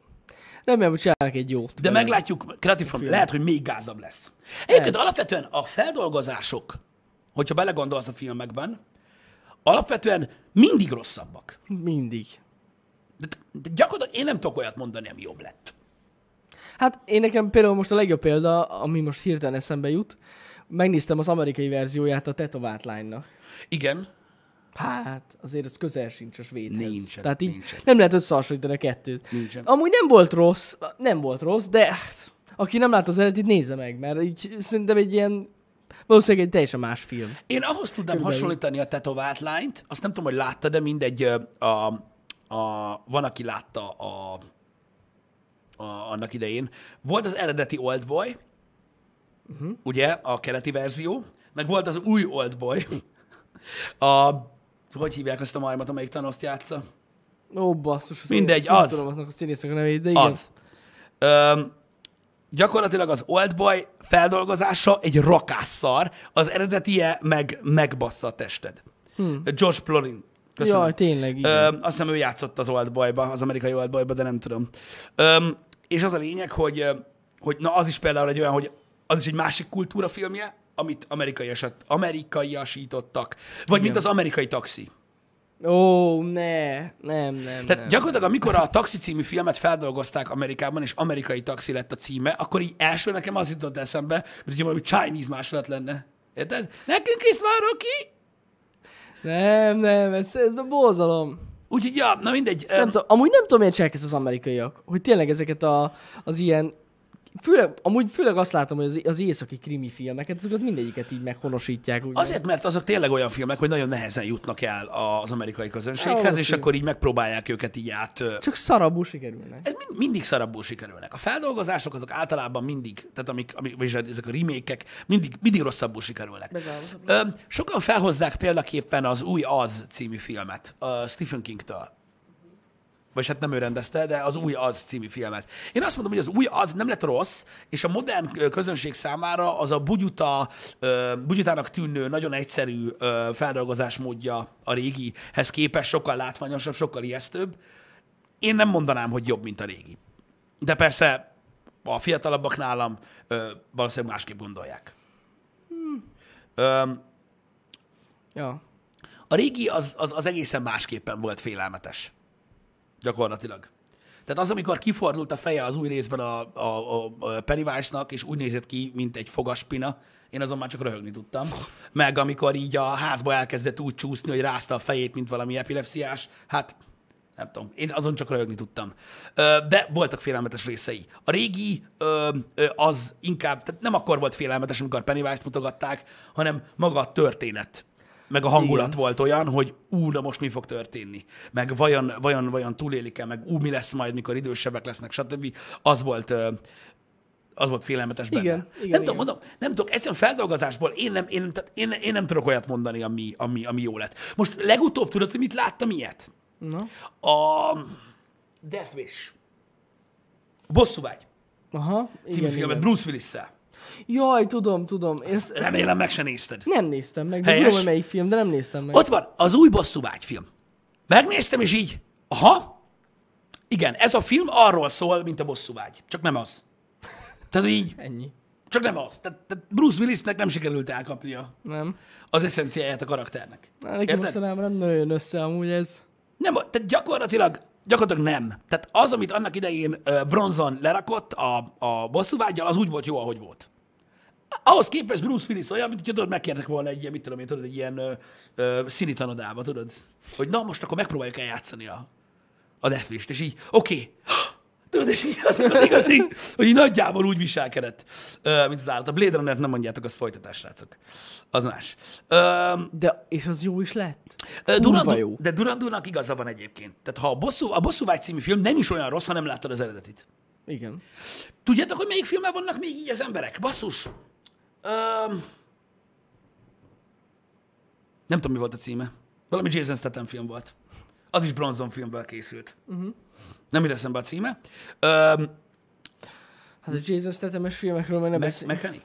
Speaker 1: Remélem, hogy csinálnak egy jót.
Speaker 2: De
Speaker 1: vele.
Speaker 2: meglátjuk, Creative From, lehet, hogy még gázabb lesz. Egyébként alapvetően a feldolgozások, hogyha belegondolsz a filmekben, alapvetően mindig rosszabbak.
Speaker 1: Mindig.
Speaker 2: De, de gyakorlatilag én nem tudok olyat mondani, ami jobb lett.
Speaker 1: Hát én nekem például most a legjobb példa, ami most hirtelen eszembe jut, megnéztem az amerikai verzióját a tetovált lánynak.
Speaker 2: Igen.
Speaker 1: Hát, azért az közel sincs a svédhez.
Speaker 2: Nincsen,
Speaker 1: Tehát így
Speaker 2: nincsen.
Speaker 1: nem lehet összehasonlítani a kettőt.
Speaker 2: Nincsen.
Speaker 1: Amúgy nem volt rossz, nem volt rossz, de hát, aki nem látta az eredetit, nézze meg, mert így szerintem egy ilyen, valószínűleg egy teljesen más film.
Speaker 2: Én ahhoz tudnám
Speaker 1: Körülbelül.
Speaker 2: hasonlítani a tetovált lányt, azt nem tudom, hogy látta, de mindegy, ö, a, a, van, aki látta a, a, annak idején. Volt az eredeti Oldboy, uh-huh. ugye, a keleti verzió, meg volt az új Oldboy, a, hogy hívják azt a majmat, amelyik Thanos-t játsza?
Speaker 1: Ó, basszus, az
Speaker 2: Mindegy,
Speaker 1: nem
Speaker 2: az.
Speaker 1: tudom aznak a színésznek a nevét, de igen.
Speaker 2: Az. Öm, gyakorlatilag az Oldboy feldolgozása egy rakásszar, az eredetie meg megbassza a tested. Hmm. Josh Plorin. Köszönöm.
Speaker 1: Jaj, tényleg, igen.
Speaker 2: Öm, azt hiszem ő játszott az Oldboyba, az amerikai Oldboyba, de nem tudom. Öm, és az a lényeg, hogy, ö, hogy na az is például egy olyan, hogy az is egy másik kultúra filmje, amit amerikaiasat, amerikaiasítottak. Vagy mint az amerikai taxi.
Speaker 1: Ó, ne, nem, nem,
Speaker 2: Tehát
Speaker 1: nem.
Speaker 2: gyakorlatilag, amikor a Taxi című filmet feldolgozták Amerikában, és amerikai taxi lett a címe, akkor így első nekem az jutott eszembe, hogy hogyha valami Chinese másolat lenne. Érted? Nekünk is van, Rocky!
Speaker 1: Nem, nem, ez, ez a borzalom.
Speaker 2: Úgyhogy, ja, na mindegy.
Speaker 1: Nem
Speaker 2: Nem
Speaker 1: tudom, amúgy nem tudom, miért csinálják ezt az amerikaiak. Hogy tényleg ezeket a, az ilyen... Főleg, amúgy főleg azt látom, hogy az, az északi krimi filmeket, azokat mindegyiket így meghonosítják. Ugye?
Speaker 2: azért, mert azok tényleg olyan filmek, hogy nagyon nehezen jutnak el az amerikai közönséghez, és
Speaker 1: Valószínű.
Speaker 2: akkor így megpróbálják őket így át... ö,
Speaker 1: Csak szarabú sikerülnek.
Speaker 2: Ez mind, mindig szarabbul sikerülnek. A feldolgozások azok általában mindig, tehát amik, amik vagyis hát ezek a remékek, mindig, mindig rosszabbul sikerülnek. Ö, sokan felhozzák példaképpen az új Az című filmet, a Stephen King-től. Vagy hát nem ő rendezte, de az új Az című filmet. Én azt mondom, hogy az új Az nem lett rossz, és a modern ö, közönség számára az a bugyuta, ö, bugyutának tűnő, nagyon egyszerű ö, feldolgozásmódja a régihez képest sokkal látványosabb, sokkal ijesztőbb én nem mondanám, hogy jobb, mint a régi. De persze a fiatalabbak nálam ö, valószínűleg másképp gondolják. Ö,
Speaker 1: Ja.
Speaker 2: a régi az, az, az egészen másképpen volt félelmetes. Gyakorlatilag. Tehát az, amikor kifordult a feje az új részben a, a, a, a Pennywise-nak, és úgy nézett ki, mint egy fogaspina, én azon már csak röhögni tudtam. Meg amikor így a házba elkezdett úgy csúszni, hogy rázta a fejét, mint valami epilepsziás, hát nem tudom, én azon csak röhögni tudtam. Ö, De voltak félelmetes részei. A régi ö, ö, az inkább, tehát nem akkor volt félelmetes, amikor Pennywise-t mutogatták, hanem maga a történet meg a hangulat
Speaker 1: Igen.
Speaker 2: volt olyan, hogy ú, na most mi fog történni, meg vajon, vajon, vajon túlélik-e, meg ú, mi lesz majd, mikor idősebbek lesznek, stb. Az volt, ö, az volt félelmetes benne.
Speaker 1: Igen,
Speaker 2: nem
Speaker 1: igen,
Speaker 2: tudom,
Speaker 1: igen.
Speaker 2: mondom, nem tudok, egyszerűen feldolgozásból én nem, én, tehát én, én nem tudok olyat mondani, ami, ami, ami jó lett. Most legutóbb tudod, hogy mit láttam ilyet?
Speaker 1: Na.
Speaker 2: A Death Wish. Bosszúvágy
Speaker 1: Aha.
Speaker 2: című
Speaker 1: Igen,
Speaker 2: filmet
Speaker 1: igen.
Speaker 2: Bruce willis
Speaker 1: Jaj, tudom, tudom. Én ezt, ezt
Speaker 2: Remélem meg se nézted.
Speaker 1: nem néztem meg.
Speaker 2: Helyes.
Speaker 1: Helyes. Tudom, hogy melyik film, de nem néztem meg.
Speaker 2: Ott van az új bosszúvágy film. Megnéztem, és így, aha, igen, ez a film arról szól, mint a bosszúvágy. Csak nem az. Tehát így,
Speaker 1: Ennyi.
Speaker 2: csak nem az. Tehát, tehát Bruce Willisnek nem sikerült elkapnia
Speaker 1: Nem.
Speaker 2: az eszenciáját a karakternek.
Speaker 1: Na, neki
Speaker 2: Érted?
Speaker 1: mostanában nem nagyon jön össze amúgy ez.
Speaker 2: Nem, tehát gyakorlatilag, gyakorlatilag nem. Tehát az, amit annak idején ö, Bronson lerakott a, a bosszúvágyal, az úgy volt jó, ahogy volt. Ahhoz képest Bruce Willis olyan, mint hogyha tudod, megkértek volna egy ilyen, mit tudom én, tudod, egy ilyen ö, ö, színi tanodába, tudod? Hogy na, most akkor megpróbáljuk eljátszani a, a Death Wish-t, és így, oké, tudod, és így az, az igazi, hogy így nagyjából úgy viselkedett, ö, mint az állat. A Blade Runner-t nem mondjátok, az folytatás, srácok. Az más. Ö,
Speaker 1: De, és az jó is lett.
Speaker 2: Ö,
Speaker 1: Kurva
Speaker 2: Durandú,
Speaker 1: jó.
Speaker 2: De Durandúnak igaza van egyébként. Tehát ha a, bosszú, a Bosszúvágy című film nem is olyan rossz, ha nem láttad az eredetit.
Speaker 1: Igen.
Speaker 2: Tudjátok, hogy melyik filmben vannak még így az emberek? Basszus! Öm... Nem tudom, mi volt a címe. Valami Jason Statham film volt. Az is Bronzon filmből készült.
Speaker 1: Mhm.
Speaker 2: Uh-huh. Nem jut eszembe a címe. Öm...
Speaker 1: Hát a Jason statham filmekről meg nem
Speaker 2: Me-
Speaker 1: beszél.
Speaker 2: Mechanic?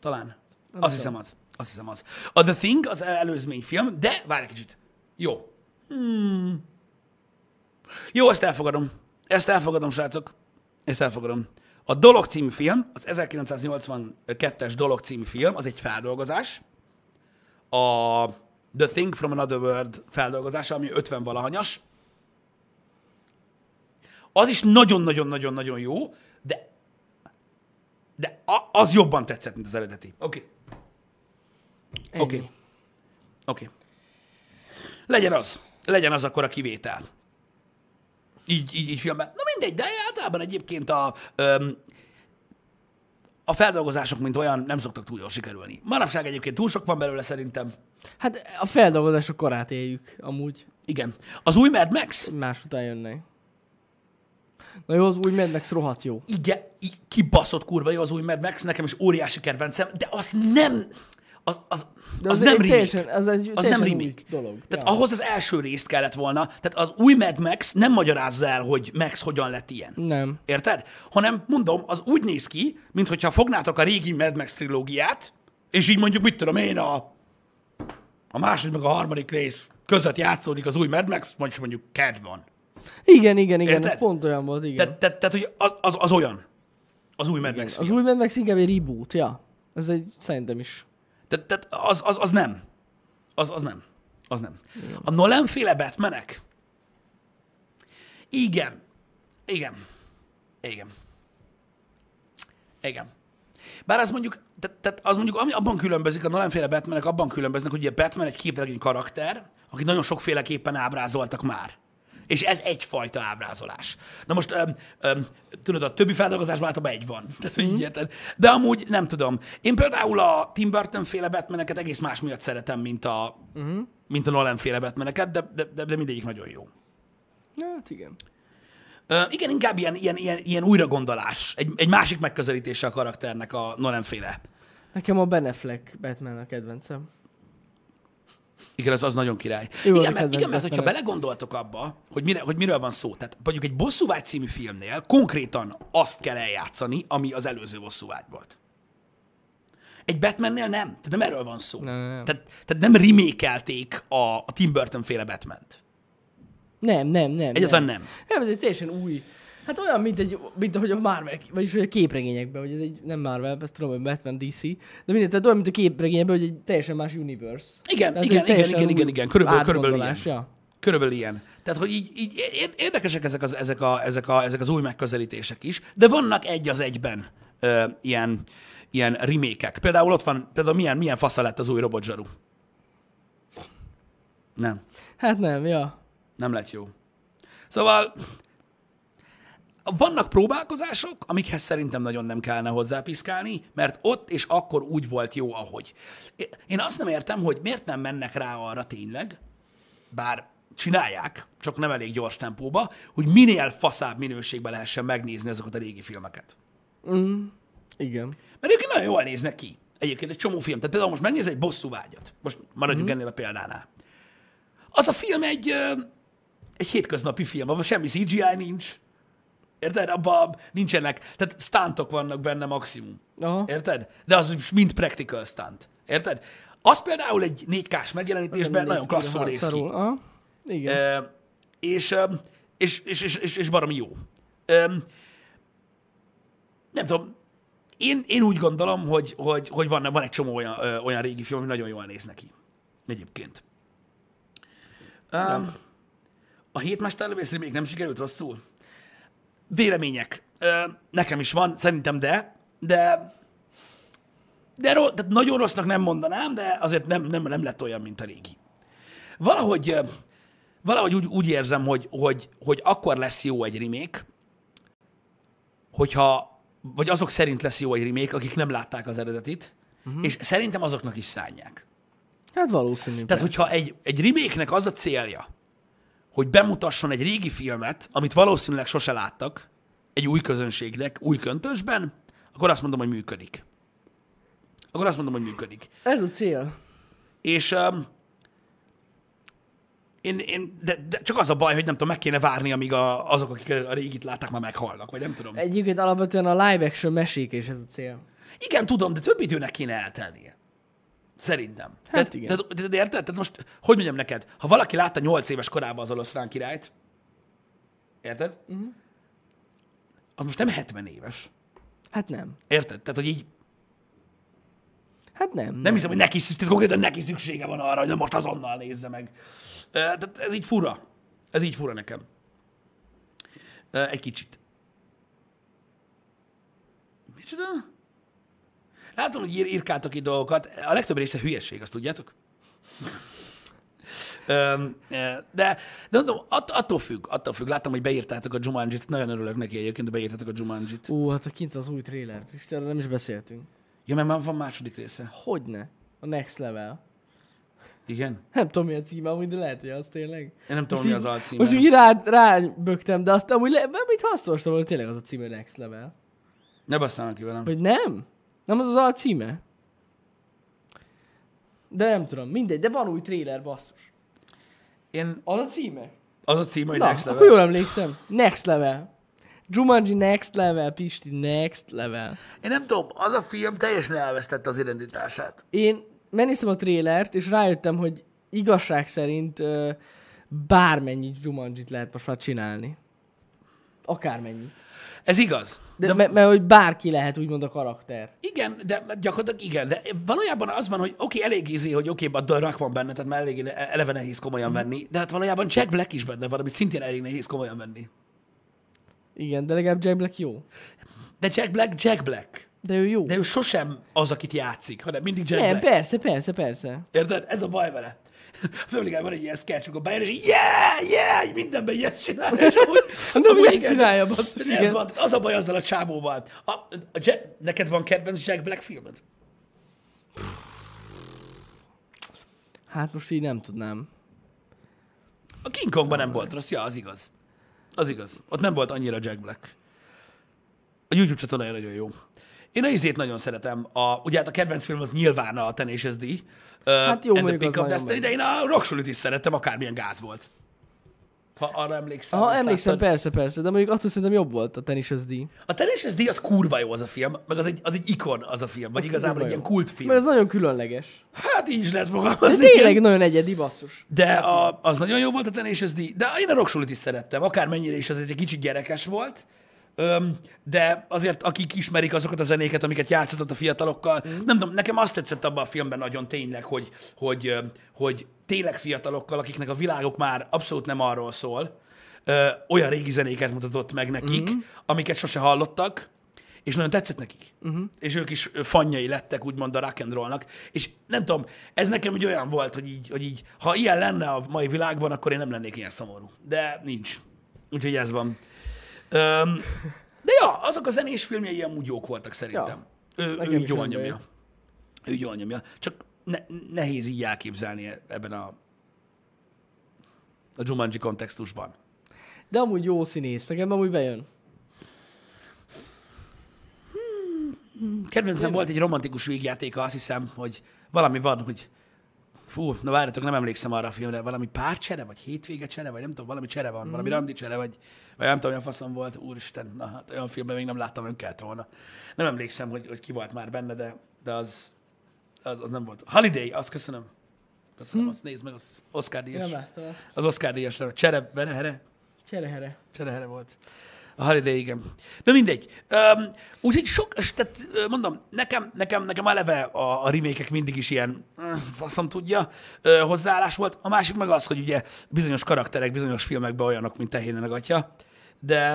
Speaker 2: Talán. Nem azt hiszem az. Azt hiszem az. A The Thing az előzmény film, de várj egy kicsit. Jó. Hmm. Jó, ezt elfogadom. Ezt elfogadom, srácok. Ezt elfogadom. A Dolog című film, az 1982-es Dolog című film, az egy feldolgozás. A The Thing from Another World feldolgozása, ami 50-valahanyas. Az is nagyon-nagyon-nagyon-nagyon jó, de de a- az jobban tetszett, mint az eredeti. Oké. Okay.
Speaker 1: Ennyi.
Speaker 2: Oké. Oké. Okay. Legyen az. Legyen az akkor a kivétel. Így, így, így filmben. Na mindegy, de általában egyébként a, öm, a feldolgozások, mint olyan, nem szoktak túl jól sikerülni. Manapság egyébként túl sok van belőle szerintem.
Speaker 1: Hát a feldolgozások korát éljük amúgy.
Speaker 2: Igen. Az új Mad Max?
Speaker 1: Más után jönnek. Na jó, az új Mad Max rohadt jó.
Speaker 2: Igen, í- kibaszott kurva jó az új Mad Max, nekem is óriási kedvencem, de az nem... Az, az,
Speaker 1: De
Speaker 2: az,
Speaker 1: az
Speaker 2: nem
Speaker 1: egy
Speaker 2: remake.
Speaker 1: teljesen- az egy
Speaker 2: az nem
Speaker 1: teljesen új
Speaker 2: remake.
Speaker 1: dolog.
Speaker 2: Tehát
Speaker 1: Ja.
Speaker 2: ahhoz az első részt kellett volna, tehát az új Mad Max nem magyarázza el, hogy Max hogyan lett ilyen.
Speaker 1: Nem.
Speaker 2: Érted? Hanem mondom, az úgy néz ki, mintha fognátok a régi Mad Max trilógiát, és így mondjuk, mit tudom én, a, a második meg a harmadik rész között játszódik az új Mad Max, vagyis mondjuk kedv van.
Speaker 1: Igen, igen, igen,
Speaker 2: Érted?
Speaker 1: ez pont olyan volt, igen.
Speaker 2: Tehát, tehát, tehát hogy az, az, az olyan. Az új Mad Max
Speaker 1: Az
Speaker 2: film.
Speaker 1: új Mad Max inkább egy reboot, ja. Ez egy, szerintem is.
Speaker 2: Tehát, tehát az, az, az nem. Az, az nem. Az nem. A Nolan féle Batmanek? Igen. Igen. Igen. Igen. Bár az mondjuk, tehát, tehát az mondjuk ami abban különbözik, a Nolan féle Batmanek abban különböznek, hogy ugye Batman egy képregény karakter, akit nagyon sokféleképpen ábrázoltak már. És ez egyfajta ábrázolás. Na most, öm, öm, tudod, a többi feldolgozásban általában egy van. Tehát, hogy így érted. De amúgy nem tudom. Én például a Tim Burton féle Batmaneket egész más miatt szeretem, mint a, mint a Nolan féle Batmaneket, de, de, de, de mindegyik nagyon jó.
Speaker 1: Hát igen.
Speaker 2: Ö, igen, inkább ilyen, ilyen, ilyen, ilyen újragondolás. Egy, egy másik megközelítése a karakternek a Nolan féle.
Speaker 1: Nekem a Ben Affleck Batman a kedvencem.
Speaker 2: Igen, az, az nagyon király.
Speaker 1: Ő az a
Speaker 2: igen, mert,
Speaker 1: kedvenc
Speaker 2: igen, mert hogyha
Speaker 1: Batmanem.
Speaker 2: belegondoltok abba, hogy, mire, hogy miről van szó, tehát mondjuk egy bosszúvágy című filmnél konkrétan azt kell eljátszani, ami az előző bosszúvágy volt. Egy Batmannél nem, tehát nem erről van szó.
Speaker 1: Nem, nem, nem.
Speaker 2: Tehát, tehát nem remékelték a, a Tim Burton féle Batman-t.
Speaker 1: Nem, nem, nem.
Speaker 2: Egyáltalán
Speaker 1: nem.
Speaker 2: nem.
Speaker 1: Nem, ez egy teljesen új. Hát olyan, mint, egy, mint ahogy a Marvel, vagyis hogy a képregényekben, hogy ez egy, nem Marvel, ezt tudom, hogy Batman DC, de mindent, tehát olyan, mint a képregényekben, hogy egy teljesen más universe.
Speaker 2: Igen,
Speaker 1: Tehát ez
Speaker 2: igen,
Speaker 1: egy
Speaker 2: igen,
Speaker 1: teljesen
Speaker 2: igen,
Speaker 1: új
Speaker 2: igen, igen, körülbelül, körülbelül ilyen.
Speaker 1: átgondolás, Ja.
Speaker 2: Körülbelül ilyen. Tehát, hogy így, így ér- érdekesek ezek az, ezek, a, ezek, a, ezek az új megközelítések is, de vannak egy az egyben ö, ilyen, ilyen remékek. Például ott van, például milyen, milyen fasza lett az új robotzsaru. Nem,
Speaker 1: Hát nem, ja.
Speaker 2: nem lett jó. Szóval Vannak próbálkozások, amikhez szerintem nagyon nem kellene hozzápiszkálni, mert ott és akkor úgy volt jó, ahogy. Én azt nem értem, hogy miért nem mennek rá arra tényleg, bár csinálják, csak nem elég gyors tempóba, hogy minél faszább minőségben lehessen megnézni azokat a régi filmeket.
Speaker 1: Igen.
Speaker 2: Mert ők nagyon jól néznek ki. Egyébként egy csomó film. Tehát például most megnéz egy bosszú vágyat. Most maradjunk mm. ennél a példánál. Az a film egy, ö, egy hétköznapi film, abban semmi CGI nincs. Érted? Abban nincsenek, tehát stuntok vannak benne maximum.
Speaker 1: Aha.
Speaker 2: Érted? De az is mind practical stunt. Érted? Az például egy 4K-s megjelenítésben nagyon klasszul néz ki. Eh,
Speaker 1: Aha. Igen.
Speaker 2: Ö, és, ö, és, és, és, és, és baromi jó. Ö, Nem tudom, én, én úgy gondolom, hogy, hogy, hogy van, van egy csomó olyan, ö, olyan régi film, ami nagyon jól néz neki. Egyébként. Um, a hétmester lövészre még nem sikerült rosszul? Vélemények. Ö, Nekem is van, szerintem de, de de ro- tehát nagyon rossznak nem mondanám, de azért nem, nem, nem lett olyan, mint a régi valahogy, ö, valahogy úgy, úgy érzem, hogy, hogy, hogy akkor lesz jó egy remake, hogyha, vagy azok szerint lesz jó egy remake, akik nem látták az eredetit, uh-huh. és szerintem azoknak is szánják.
Speaker 1: Hát valószínű.
Speaker 2: Tehát, hogyha egy, egy remake-nek az a célja, hogy bemutasson egy régi filmet, amit valószínűleg sose láttak, egy új közönségnek, új köntösben, akkor azt mondom, hogy működik. Akkor azt mondom, hogy működik.
Speaker 1: Ez a cél.
Speaker 2: És um, én, én, de, de, csak az a baj, hogy nem tudom, meg kéne várni, amíg a, azok, akik a régit látták, már meghalnak, vagy nem tudom.
Speaker 1: Egyébként alapvetően a live action mesék, és ez a cél.
Speaker 2: Igen, tudom, de több időnek kéne eltelnie. Szerintem. Hát
Speaker 1: igen.
Speaker 2: Tehát, tehát, érted? Tehát most, hogy mondjam neked, ha valaki látta 8 éves korában az oroszlán királyt, érted? Uh-huh. Az most nem 70 éves.
Speaker 1: Hát nem.
Speaker 2: Érted? Tehát, hogy így
Speaker 1: Hát nem.
Speaker 2: nem hiszem, hogy neki, szü- tehát konkrétan neki szüksége van arra, hogy na most azonnal nézze meg. Ö, Tehát ez így fura. Ez így fura nekem. Ö, Egy kicsit. Micsoda? Látom, hogy ír, írkáltak itt dolgokat. A legtöbb része hülyeség, azt tudjátok? Öm, ö, De, de mondom, att, attól függ, attól függ. Láttam, hogy beírtátok a Jumanjit. Nagyon örülök neki egyébként, de beírtátok a Jumanjit.
Speaker 1: Ú, hát a kint az új trailer. Istenről nem is beszéltünk.
Speaker 2: Ja, mert már van második része.
Speaker 1: Hogyne? A next level.
Speaker 2: Igen?
Speaker 1: Nem tudom, mi a címe, amúgy, de lehet, hogy az tényleg.
Speaker 2: Én nem tudom,
Speaker 1: Most
Speaker 2: mi
Speaker 1: így-
Speaker 2: az alcíme.
Speaker 1: Most így rá, rábögtem, de azt amúgy, le, amit hasznostam, hogy tényleg az a címe Next Level.
Speaker 2: Ne basszanak ki velem.
Speaker 1: Vagy nem? Nem az az a címe? De nem tudom, mindegy, de van új trailer, basszus.
Speaker 2: Én
Speaker 1: Az a címe?
Speaker 2: az a címe, hogy
Speaker 1: Na, Next
Speaker 2: Next Level.
Speaker 1: akkor jól emlékszem. Next Level. Jumanji Next Level, Pisti Next Level.
Speaker 2: Én nem tudom, az a film teljesen elvesztette az identitását.
Speaker 1: Én megnéztem a trélert, és rájöttem, hogy igazság szerint ö, bármennyi Jumanjit lehet most már csinálni. Akármennyit.
Speaker 2: Ez igaz.
Speaker 1: De, de mert, mert hogy bárki lehet úgymond a karakter.
Speaker 2: Igen, de gyakorlatilag igen, de valójában az van, hogy oké, okay, elég ízé, hogy oké, okay, a dörrak van benne, tehát már elég eleve nehéz komolyan venni, de hát valójában Jack Black is benne van, amit szintén elég nehéz komolyan venni.
Speaker 1: Igen, de legalább Jack Black jó.
Speaker 2: De Jack Black, Jack Black.
Speaker 1: De ő jó.
Speaker 2: De ő sosem az, akit játszik, hanem mindig Jack
Speaker 1: nem,
Speaker 2: Black.
Speaker 1: persze, persze, persze.
Speaker 2: Érted? Ez a baj vele. A Family Guy van egy ilyen sketch, amikor bejön, és így, yeah, yeah, így mindenben ilyen csinál. És amúgy,
Speaker 1: Nem, ilyen
Speaker 2: igen.
Speaker 1: csinálja, basszus,
Speaker 2: De Ez
Speaker 1: igen.
Speaker 2: van, tehát az a baj azzal a csávóval. A, a Jack, neked van kedvenc Jack Black filmed?
Speaker 1: Hát most így nem tudnám.
Speaker 2: A King Kongban nem volt rossz, ja, az igaz. Az igaz. Ott nem volt annyira Jack Black. A YouTube csatornája nagyon jó. Én a izét nagyon szeretem. A, ugye hát a kedvenc film az nyilván a Tenacious D.
Speaker 1: Hát jó, mondjuk az nagyon
Speaker 2: Destiny, de
Speaker 1: menő.
Speaker 2: én a Rocksulit is szerettem, akármilyen gáz volt. Ha arra emlékszem.
Speaker 1: Ha emlékszem, persze, persze, de mondjuk attól szerintem jobb volt a Tenacious D.
Speaker 2: A Tenacious D az kurva jó az a film, meg az egy, az egy ikon az a film, vagy igazából
Speaker 1: kurva
Speaker 2: egy ilyen
Speaker 1: jó.
Speaker 2: kultfilm.
Speaker 1: Mert ez nagyon különleges.
Speaker 2: Hát így is lehet
Speaker 1: De
Speaker 2: fogalmazni. igen.
Speaker 1: tényleg nagyon egyedi, basszus.
Speaker 2: De a, az nagyon jó volt a Tenacious D, de én a Rocksulit is szerettem, akármennyire is az egy kicsit gyerekes volt, Öm, de azért akik ismerik azokat a zenéket, amiket játszott a fiatalokkal,
Speaker 1: Mhm.
Speaker 2: mm. nem tudom, nekem azt tetszett abban a filmben nagyon tényleg, hogy, hogy, öm, hogy tényleg fiatalokkal, akiknek a világok már abszolút nem arról szól, ö, olyan régi zenéket mutatott meg nekik,
Speaker 1: Mhm.
Speaker 2: mm. amiket sose hallottak, és nagyon tetszett nekik.
Speaker 1: Mhm.
Speaker 2: Uh-huh. És ők is fanjai lettek, úgymond a rock and rollnak. És nem tudom, ez nekem egy olyan volt, hogy így, hogy így, ha ilyen lenne a mai világban, akkor én nem lennék ilyen szomorú. De nincs. Úgyhogy ez van. Öm, de ja, azok a zenés filmjei amúgy jók voltak szerintem. Ja, ő,
Speaker 1: nekem
Speaker 2: ő
Speaker 1: is
Speaker 2: jól
Speaker 1: rendbe
Speaker 2: nyomja.
Speaker 1: jött.
Speaker 2: Ő jól nyomja. Csak ne, nehéz így elképzelni ebben a a Jumanji kontextusban.
Speaker 1: De amúgy jó színész, nekem amúgy bejön.
Speaker 2: Kedvencem volt egy romantikus végjátéka, azt hiszem, hogy valami van, hogy fú, na várjatok, nem emlékszem arra a filmre, valami párcsere, vagy hétvége csere, vagy nem tudom, valami csere van, valami randi csere, vagy, vagy nem tudom, olyan faszom volt, úristen, na hát olyan filmben még nem láttam, nem kellett volna. Nem emlékszem, hogy, hogy ki volt már benne, de, de az, az, az nem volt. Holiday, azt köszönöm. Köszönöm, azt nézd meg, az Oscar
Speaker 1: Én
Speaker 2: díjas.
Speaker 1: nem láttam azt.
Speaker 2: Az Oscar díjas, nem, csere, benne, here?
Speaker 1: Cserehere.
Speaker 2: Cserehere volt. A Holiday, igen. De mindegy. Um, úgyhogy sok, s- tehát ö, mondom, nekem, nekem, nekem eleve a, a remékek mindig is ilyen, mm, faszom tudja, ö, hozzáállás volt. A másik meg az, hogy ugye bizonyos karakterek bizonyos filmekben olyanok, mint Tehénenek atya, de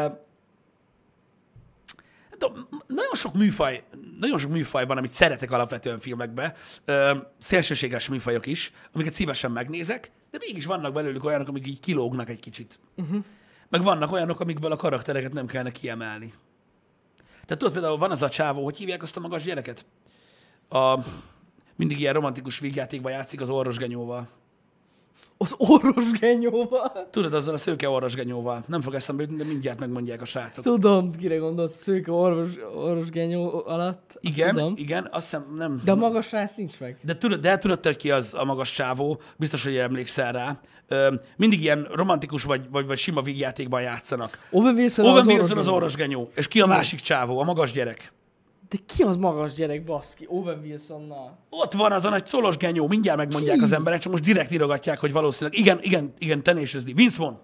Speaker 2: nem tudom, nagyon sok műfaj, nagyon sok műfaj van, amit szeretek alapvetően filmekbe, ö, szélsőséges műfajok is, amiket szívesen megnézek, de mégis vannak belőlük olyanok, amik így kilógnak egy kicsit. Uh-huh. Meg vannak olyanok, amikből a karaktereket nem kellene kiemelni. Tehát tudod, például van az a csávó, hogy hívják azt a magas gyereket? A, mindig ilyen romantikus vígjátékban játszik az orvosgenyóval.
Speaker 1: Az orvos genyóval.
Speaker 2: Tudod, azzal a szőke orvosgenyóval. Nem fog eszembe jutni, de mindjárt megmondják a srácok.
Speaker 1: Tudom, kire gondolsz, szőke orvos, orvos genyó alatt. Azt
Speaker 2: Igen,
Speaker 1: Tudom.
Speaker 2: igen, azt hiszem nem...
Speaker 1: De a magas rász nincs meg.
Speaker 2: De tudod, de tudod, te, ki az a magas csávó, biztos, hogy emlékszel rá. Ö, mindig ilyen romantikus vagy, vagy, vagy sima vígjátékban játszanak.
Speaker 1: Owen Wilson
Speaker 2: Owen
Speaker 1: az
Speaker 2: Wilson az
Speaker 1: orvos
Speaker 2: orrosgenyó, és ki a másik csávó, a magas gyerek.
Speaker 1: De ki az magas gyerek, baszki? Owen Wilsonnal.
Speaker 2: Ott van az a nagy szolos genyó, mindjárt megmondják az emberek, csak most direkt írogatják, hogy valószínűleg igen, igen, igen, tenésőzni. Vince Vaughn.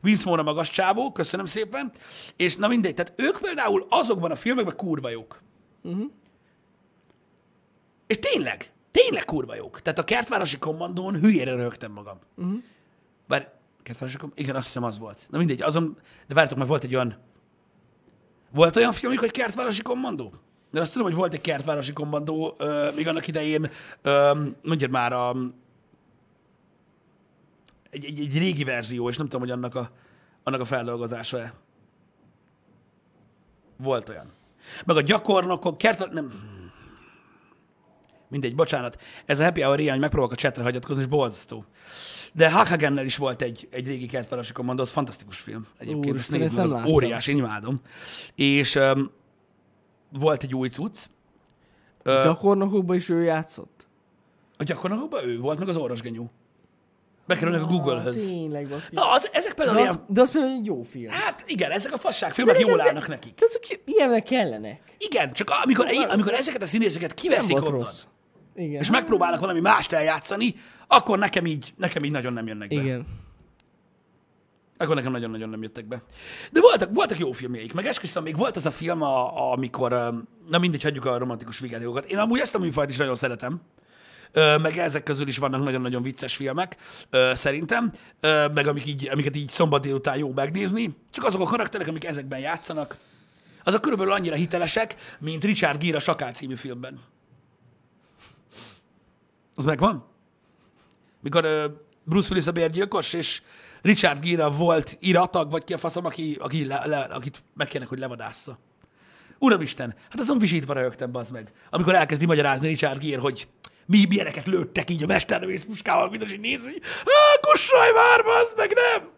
Speaker 2: Vince Vaughn a magas csávó, köszönöm szépen. És na mindegy, tehát ők például azokban a filmekben kurva jók. Uh-huh. És tényleg, tényleg kurva jók. Tehát a kertvárosi kommandón hülyére röhögtem magam. Uh-huh. Bár kertvárosi kommandón, igen, azt hiszem az volt. Na mindegy, azon, de várjátok, mert volt egy olyan, volt olyan filmjük, hogy kertvárosi kommandó? De azt tudom, hogy volt egy kertvárosi kommandó, ö, még annak idején, ö, mondjad már, a, egy, egy, egy régi verzió, és nem tudom, hogy annak a, annak a feldolgozása-e. Volt olyan. Meg a gyakornokok, kert... Nem. Mindegy, bocsánat. Ez a happy hour ilyen, hogy megpróbálok a csetre hagyatkozni, és borzasztó. De Hakagennel is volt egy, egy régi kertvárosi kommandó, az fantasztikus film. Egyébként ezt
Speaker 1: Úristen,
Speaker 2: nézd
Speaker 1: ezt
Speaker 2: meg,
Speaker 1: nem
Speaker 2: az
Speaker 1: láttam.
Speaker 2: óriás, én imádom. És um, volt egy új cucc.
Speaker 1: Ö...
Speaker 2: Ö,
Speaker 1: Gyakornokokban is ő játszott.
Speaker 2: A gyakornokokban ő volt, meg az orrosgenyú. Bekerülnek a Google-höz.
Speaker 1: Tényleg, baszki.
Speaker 2: Na, az, ezek például
Speaker 1: de,
Speaker 2: ilyen
Speaker 1: az, de az például egy jó film.
Speaker 2: Hát igen, ezek a fasságfilmek jól
Speaker 1: de-
Speaker 2: állnak nekik.
Speaker 1: De azok jó- ilyenek kellenek.
Speaker 2: Igen, csak amikor, amikor ezeket a színészeket
Speaker 1: Nem
Speaker 2: kiveszik
Speaker 1: volt
Speaker 2: onnan,
Speaker 1: rossz. Igen.
Speaker 2: és megpróbálnak valami mást eljátszani, akkor nekem így, nekem így nagyon nem jönnek be.
Speaker 1: Igen.
Speaker 2: Akkor nekem nagyon-nagyon nem jöttek be. De voltak, voltak jó filmjeik, meg esküszöm, még volt az a film, a, a- amikor, öm, na mindegy, hagyjuk a romantikus vigyátékokat. Én amúgy ezt a műfajt is nagyon szeretem. Ö, Meg ezek közül is vannak nagyon-nagyon vicces filmek, ö, szerintem, Ö, meg amik így, amiket így szombat délután jó megnézni. Csak azok a karakterek, amik ezekben játszanak, azok körülbelül annyira hitelesek, mint Richard Gere a Sakál című filmben. Az megvan? mikor ö, Bruce Willis a bérgyilkos, és Richard Gere volt iratag, vagy ki a faszom, aki, aki le, le, akit megkérnek, hogy levadásza. Uramisten, hát azon visítva röhögtem, bazd meg. Amikor elkezdi magyarázni Richard Gere, hogy mi milyeneket lőttek így a mesterlövész puskával, mint hogy nézi, így, "Á, kussaj már, bazd meg, nem!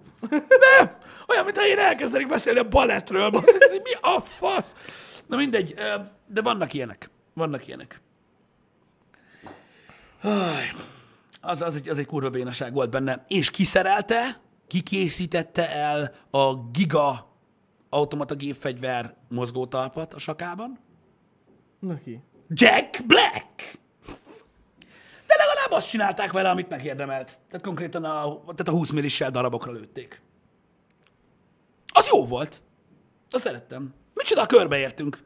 Speaker 2: Nem! Olyan, mintha én elkezdenék beszélni a balettről, bazd meg, hogy mi a fasz? Na mindegy, ö, de vannak ilyenek. Vannak ilyenek. Az, az, egy, az egy kurva bénaság volt benne. És kiszerelte, kikészítette el a giga automata gépfegyver mozgótalpat a sakában.
Speaker 1: Na ki?
Speaker 2: Jack Black! De legalább azt csinálták vele, amit megérdemelt. Tehát konkrétan a, tehát a 20 millissel darabokra lőtték. Az jó volt. Azt szerettem. Micsoda, körbeértünk.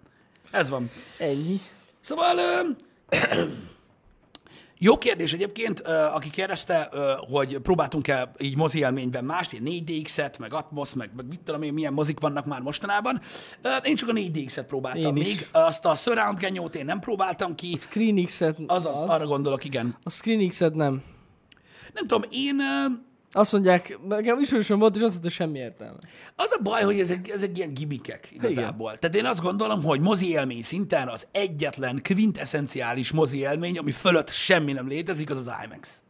Speaker 2: Ez van.
Speaker 1: Ennyi.
Speaker 2: Szóval ö, jó kérdés egyébként, ö, aki kérdezte, ö, hogy próbáltunk-e így mozi élményben mást, ilyen 4DX-et, meg Atmos, meg, meg mit tudom én, milyen mozik vannak már mostanában. Ö, Én csak a 4DX-et próbáltam
Speaker 1: Én
Speaker 2: még.
Speaker 1: is.
Speaker 2: Azt a surround genyót én nem próbáltam ki.
Speaker 1: Screen X-et...
Speaker 2: Azaz, az?
Speaker 1: az.
Speaker 2: arra gondolok, igen.
Speaker 1: A Screen X-et nem.
Speaker 2: Nem tudom, én, ö,
Speaker 1: Azt mondják, nekem ismerősöm volt, és azt mondta, hogy semmi értelme.
Speaker 2: Az a baj, hogy ezek, ezek ilyen gimikek igazából. Igen. Tehát én azt gondolom, hogy mozi élmény szinten az egyetlen kvintessenciális mozi élmény, ami fölött semmi nem létezik, az az IMAX.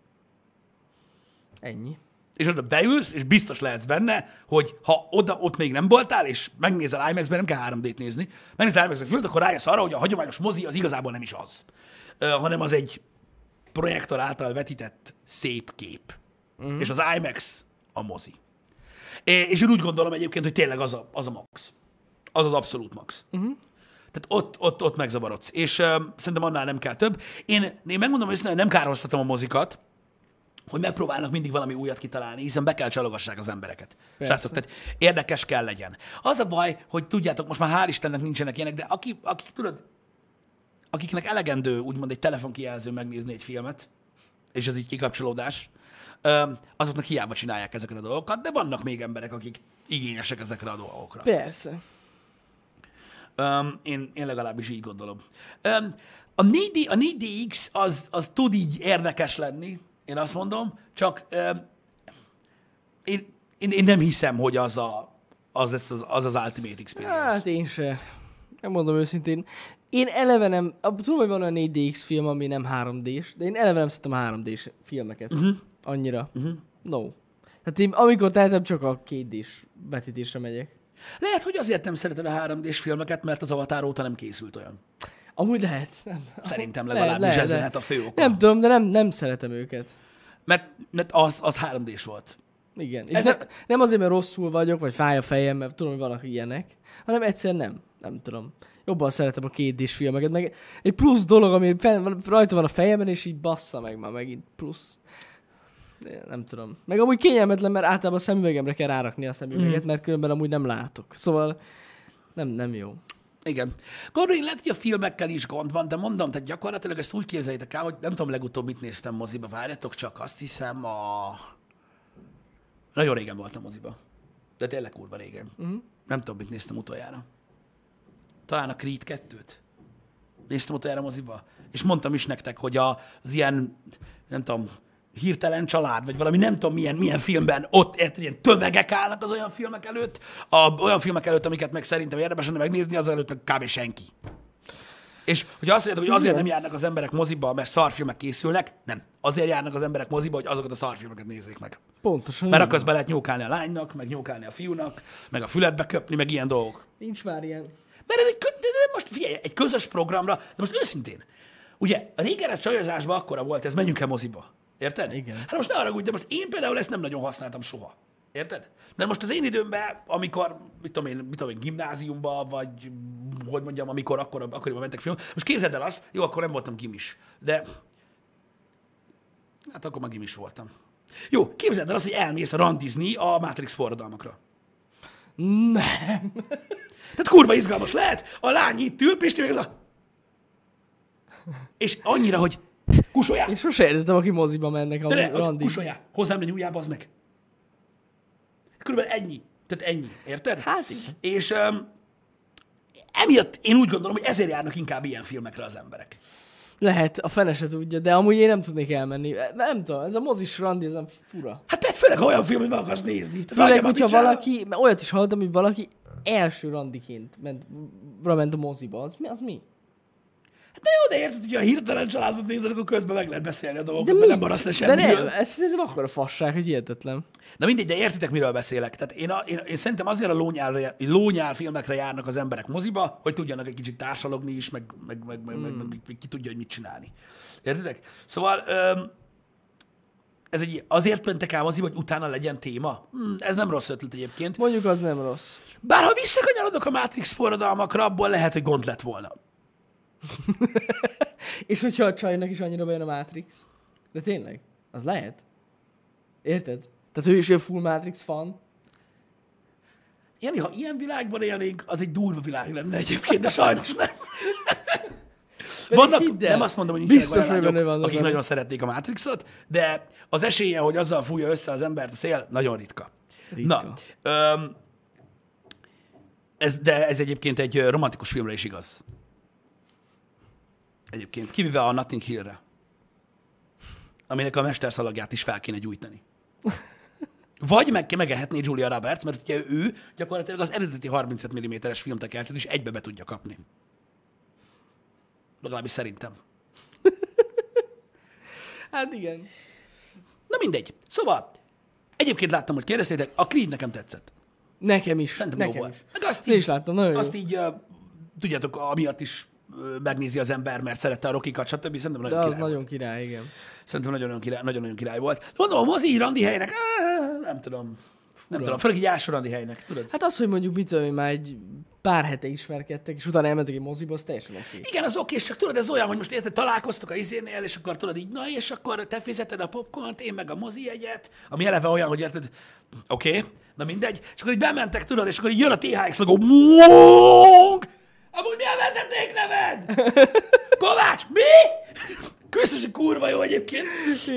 Speaker 1: Ennyi.
Speaker 2: És oda beülsz, és biztos lehetsz benne, hogy ha oda, ott még nem voltál, és megnézel IMAX-ben, nem kell 3D-t nézni, megnézel IMAX-ben fölött, akkor rájössz arra, hogy a hagyományos mozi az igazából nem is az, Ö, hanem az egy projektor által vetített szép kép. Mm. És az IMAX a mozi. É, és én úgy gondolom egyébként, hogy tényleg az a, az a max. Az az abszolút max. Mm. Tehát ott, ott, ott megzavarodsz. És uh, szerintem annál nem kell több. Én, én megmondom őszintén, hogy nem kárhoztatom a mozikat, hogy megpróbálnak mindig valami újat kitalálni, hiszen be kell csalogassák az embereket.
Speaker 1: Persze.
Speaker 2: Srácok, tehát érdekes kell legyen. Az a baj, hogy tudjátok, most már hál' Istennek nincsenek ilyenek, de aki, aki tudod, akiknek elegendő úgymond egy telefonkijelző megnézni egy filmet, és ez így kikapcsolódás, ö, azoknak hiába csinálják ezeket a dolgokat, de vannak még emberek, akik igényesek ezekre a dolgokra.
Speaker 1: Persze.
Speaker 2: Um, én, én legalábbis így gondolom. Um, a, 4D, a 4DX az, az tud így érdekes lenni, én azt mondom, csak um, én, én, én nem hiszem, hogy az a, az, lesz az, az, az Ultimate Experience.
Speaker 1: Hát én se. Nem mondom őszintén. Én eleve nem, ab- tudom, hogy van olyan 4DX film, ami nem 3D-s, de én eleve nem szeretem 3D-s filmeket.
Speaker 2: Mhm.
Speaker 1: Uh-huh. Annyira. Uh-huh. No. Tehát én amikor tehetem, csak a 2D-s vetítésre megyek.
Speaker 2: Lehet, hogy azért nem szereted a 3D-s filmeket, mert az Avatar óta nem készült olyan.
Speaker 1: Amúgy lehet. Nem.
Speaker 2: Szerintem
Speaker 1: Lehet,
Speaker 2: legalábbis
Speaker 1: lehet,
Speaker 2: ez
Speaker 1: lehet.
Speaker 2: lehet a fő oka.
Speaker 1: Nem tudom, de nem, nem szeretem őket.
Speaker 2: Mert, mert az, az 3D-s volt.
Speaker 1: Igen. És
Speaker 2: Ez-
Speaker 1: nem, nem azért, mert rosszul vagyok, vagy fáj a fejem, mert tudom, hogy vannak ilyenek, hanem egyszerűen nem. Nem tudom. Jobban szeretem a kétdés filmeket, meg egy plusz dolog, ami fenn van, rajta van a fejemben, és így bassza meg már megint plusz. De Nem tudom. Meg amúgy kényelmetlen, mert általában a szemüvegemre kell rárakni a szemüveget, mm. mert különben amúgy nem látok. Szóval nem, nem jó.
Speaker 2: Igen. Gondolj, lehet, hogy a filmekkel is gond van, de mondom, tehát gyakorlatilag ezt úgy képzeljétek el, hogy nem tudom, legutóbb mit néztem moziba, várjatok csak, azt hiszem a... Nagyon régen voltam moziba. De tényleg kurva régen. Uh-huh. Nem tudom, mit néztem utoljára. Talán a Creed 2-t. Néztem utoljára moziba. És mondtam is nektek, hogy a- az ilyen, nem tudom, hirtelen család, vagy valami nem tudom milyen, milyen filmben ott érted, ilyen tömegek állnak az olyan filmek előtt, a, olyan filmek előtt, amiket meg szerintem érdemes lenne megnézni, az előtt meg kb. senki. És hogy azt mondjátok, hogy azért nem járnak az emberek moziba, mert szarfilmek készülnek, nem. Azért járnak az emberek moziba, hogy azokat a szarfilmeket nézzék meg.
Speaker 1: Pontosan.
Speaker 2: Mert
Speaker 1: így
Speaker 2: akkor be lehet nyókálni a lánynak, meg nyókálni a fiúnak, meg a fületbe köpni, meg ilyen dolgok.
Speaker 1: van. Nincs már ilyen.
Speaker 2: Mert ez egy, kö- de de most figyelj, egy közös programra, de most őszintén, ugye a régen a csajozásban akkora volt ez, menjünk el moziba. Érted?
Speaker 1: Igen.
Speaker 2: Hát most ne arra de most én például ezt nem nagyon használtam soha. Érted? Mert most az én időmben, amikor, mit tudom én, mit tudom én gimnáziumba, vagy hogy mondjam, amikor akkor, akkoriban mentek film, most képzeld el azt, jó, akkor nem voltam gimis, de hát akkor már gimis voltam. Jó, képzeld el azt, hogy elmész randizni a Matrix forradalmakra.
Speaker 1: Nem.
Speaker 2: Tehát kurva izgalmas lehet, a lány itt ül, Pisti meg ez a... És annyira, hogy kusoljá,
Speaker 1: Én sose értettem, aki moziba mennek,
Speaker 2: de
Speaker 1: a
Speaker 2: ne, ott
Speaker 1: randi.
Speaker 2: kusoljá, hozzám egy ujjába, az meg. Körülbelül ennyi. Tehát ennyi, érted?
Speaker 1: Hát igen.
Speaker 2: És um, emiatt én úgy gondolom, hogy ezért járnak inkább ilyen filmekre az emberek.
Speaker 1: Lehet, a fene se tudja, de amúgy én nem tudnék elmenni. Nem tudom, ez a mozis randi, ez nem fura.
Speaker 2: Hát mert főleg ha olyan film, hogy meg akarsz nézni. Tehát
Speaker 1: Főleg,
Speaker 2: nagyjából
Speaker 1: hogyha
Speaker 2: mit csinál-
Speaker 1: valaki, mert olyat is hallottam, hogy valaki első randiként ment, ra ment a moziba, az mi? Az mi?
Speaker 2: Hát na jó, de érted, hogyha a hirtelen családot nézel, akkor közben meg lehet beszélni a dolgokat,
Speaker 1: De,
Speaker 2: mert
Speaker 1: mit?
Speaker 2: nem maradsz le
Speaker 1: De
Speaker 2: semmiről.
Speaker 1: nem, ez szerintem akkor a fasság, hogy hihetetlen.
Speaker 2: Na mindegy, de értitek, miről beszélek. Tehát én, a, én, én szerintem azért a lónyál, lónyál filmekre járnak az emberek moziba, hogy tudjanak egy kicsit társalogni is, meg, meg, meg, meg,
Speaker 1: Hmm.
Speaker 2: meg, meg, meg ki tudja, hogy mit csinálni. Értitek? Szóval öm, ez egy, azért mentek el moziba, hogy utána legyen téma? Hm, ez nem rossz ötlet egyébként.
Speaker 1: Mondjuk az nem rossz.
Speaker 2: Bár ha visszakanyarodok a Matrix forradalmakra, abból lehet, hogy gond lett volna.
Speaker 1: És hogyha a csajnak is annyira bejön a Matrix? De tényleg, az lehet. Érted? Tehát ő is egy full Matrix fan.
Speaker 2: Jani, ha ilyen világban élnénk, az egy durva világ lenne egyébként, de sajnos nem. Vannak,
Speaker 1: hidd el,
Speaker 2: nem azt mondom, hogy nincsenek
Speaker 1: biztos,
Speaker 2: olyan
Speaker 1: hogy
Speaker 2: lányok,
Speaker 1: benne vannak
Speaker 2: akik
Speaker 1: olyanok.
Speaker 2: nagyon szeretnék a Matrixot, de az esélye, hogy azzal fújja össze az embert a szél, nagyon ritka.
Speaker 1: Ritka.
Speaker 2: Na, öm, ez, de ez egyébként egy ö, romantikus filmre is igaz. Egyébként, kivéve a Nothing Hill-re, aminek a mesternszalagját is fel kéne gyújtani. Vagy meg, megehetné Julia Roberts, mert ugye ő gyakorlatilag az eredeti 35 mm-es filmtekercset is egybe be tudja kapni. Legalábbis szerintem.
Speaker 1: Hát igen.
Speaker 2: Na mindegy. Szóval, egyébként láttam, hogy kérdeztétek, a Creed nekem tetszett.
Speaker 1: Nekem is.
Speaker 2: Szerintem jó
Speaker 1: nekem
Speaker 2: volt.
Speaker 1: is.
Speaker 2: Meg azt
Speaker 1: Én is láttam, nagyon jó.
Speaker 2: Azt így, uh, tudjátok, amiatt is ö, megnézi az ember, mert szerette a rokikat, stb. Szerintem nagyon
Speaker 1: De az
Speaker 2: király volt.
Speaker 1: nagyon király, igen.
Speaker 2: Szerintem nagyon-nagyon király, nagyon-nagyon király volt. De mondom, a mozi randi helynek, áh, nem tudom. Nem tudom, főleg így első randi helynek, tudod?
Speaker 1: Hát az, hogy mondjuk mit tudom én, már egy pár hete ismerkedtek, és utána elmentek egy moziba, az teljesen oké.
Speaker 2: Igen, az oké, és csak tudod, ez olyan, hogy most érted, találkoztok a izénél, és akkor tudod így, na és akkor te fizeted a popcornt, én meg a mozi jegyet, ami eleve olyan, hogy érted, oké, okay, na mindegy, és akkor így bementek, tudod, és akkor így jön a THX logó, Muong! amúgy mi a vezeték neved? Kovács, mi? Köszönöm, kurva jó egyébként.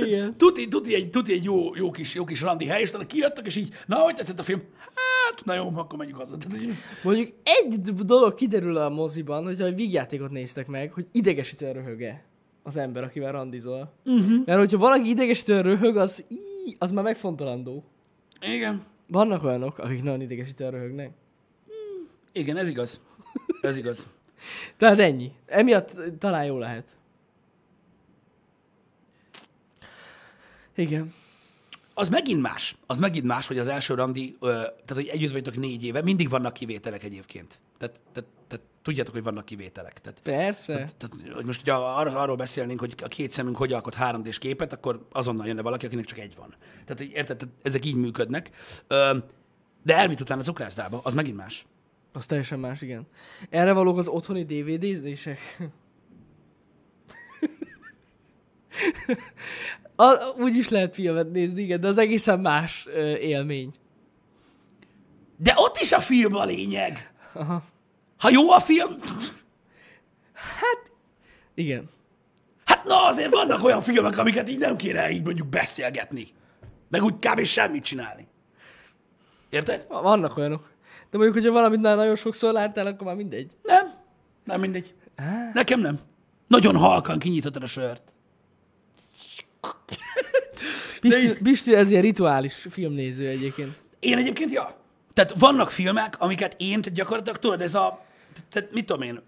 Speaker 1: Igen.
Speaker 2: Tuti, tuti, egy, tuti egy jó, jó, kis, jó kis randi hely, és utána kijöttek, és így, na, hogy tetszett a film? Hát, na jó, akkor menjünk haza. Tehát, hogy-
Speaker 1: Mondjuk egy d- dolog kiderül a moziban, hogyha egy vígjátékot néztek meg, hogy idegesítően röhöge az ember, akivel randizol. Uh-huh. Mert hogyha valaki idegesítően röhög, az, í, az már megfontolandó.
Speaker 2: Igen.
Speaker 1: Vannak olyanok, akik nagyon idegesítően röhögnek.
Speaker 2: Igen, ez igaz. Ez igaz.
Speaker 1: Tehát ennyi. Emiatt eh, talán jó lehet. Igen.
Speaker 2: Az megint más. Az megint más, hogy az első randi, ö, tehát hogy együtt vagytok négy éve, mindig vannak kivételek egyébként. Tehát, tehát, tehát tudjátok, hogy vannak kivételek. Tehát,
Speaker 1: Persze.
Speaker 2: tehát, hogy most ugye ar- arról beszélnénk, hogy a két szemünk hogy alkot 3 d képet, akkor azonnal jönne valaki, akinek csak egy van. Tehát, hogy érted, tehát ezek így működnek. Ö, de elvitt utána az ukrászdába, az megint más.
Speaker 1: Az teljesen más, igen. Erre valók az otthoni DVD-zések. A, úgy is lehet filmet nézni, igen, de az egészen más ö, élmény.
Speaker 2: De ott is a film a lényeg.
Speaker 1: Aha.
Speaker 2: Ha jó a film,
Speaker 1: Igen.
Speaker 2: hát na azért vannak olyan filmek, amiket így nem kéne így mondjuk beszélgetni. Meg úgy kb. semmit csinálni. Érted?
Speaker 1: Va- Vannak olyanok. De mondjuk, hogyha valamit már nagyon sokszor láttál, akkor már mindegy.
Speaker 2: Nem. Nem mindegy. Nekem nem. Nagyon halkan kinyitottad a sört.
Speaker 1: Pisti, Pisti ez ilyen rituális filmnéző egyébként.
Speaker 2: Én egyébként, ja. Tehát vannak filmek, amiket én tehát gyakorlatilag, tudod, ez a... Tehát mit tudom én?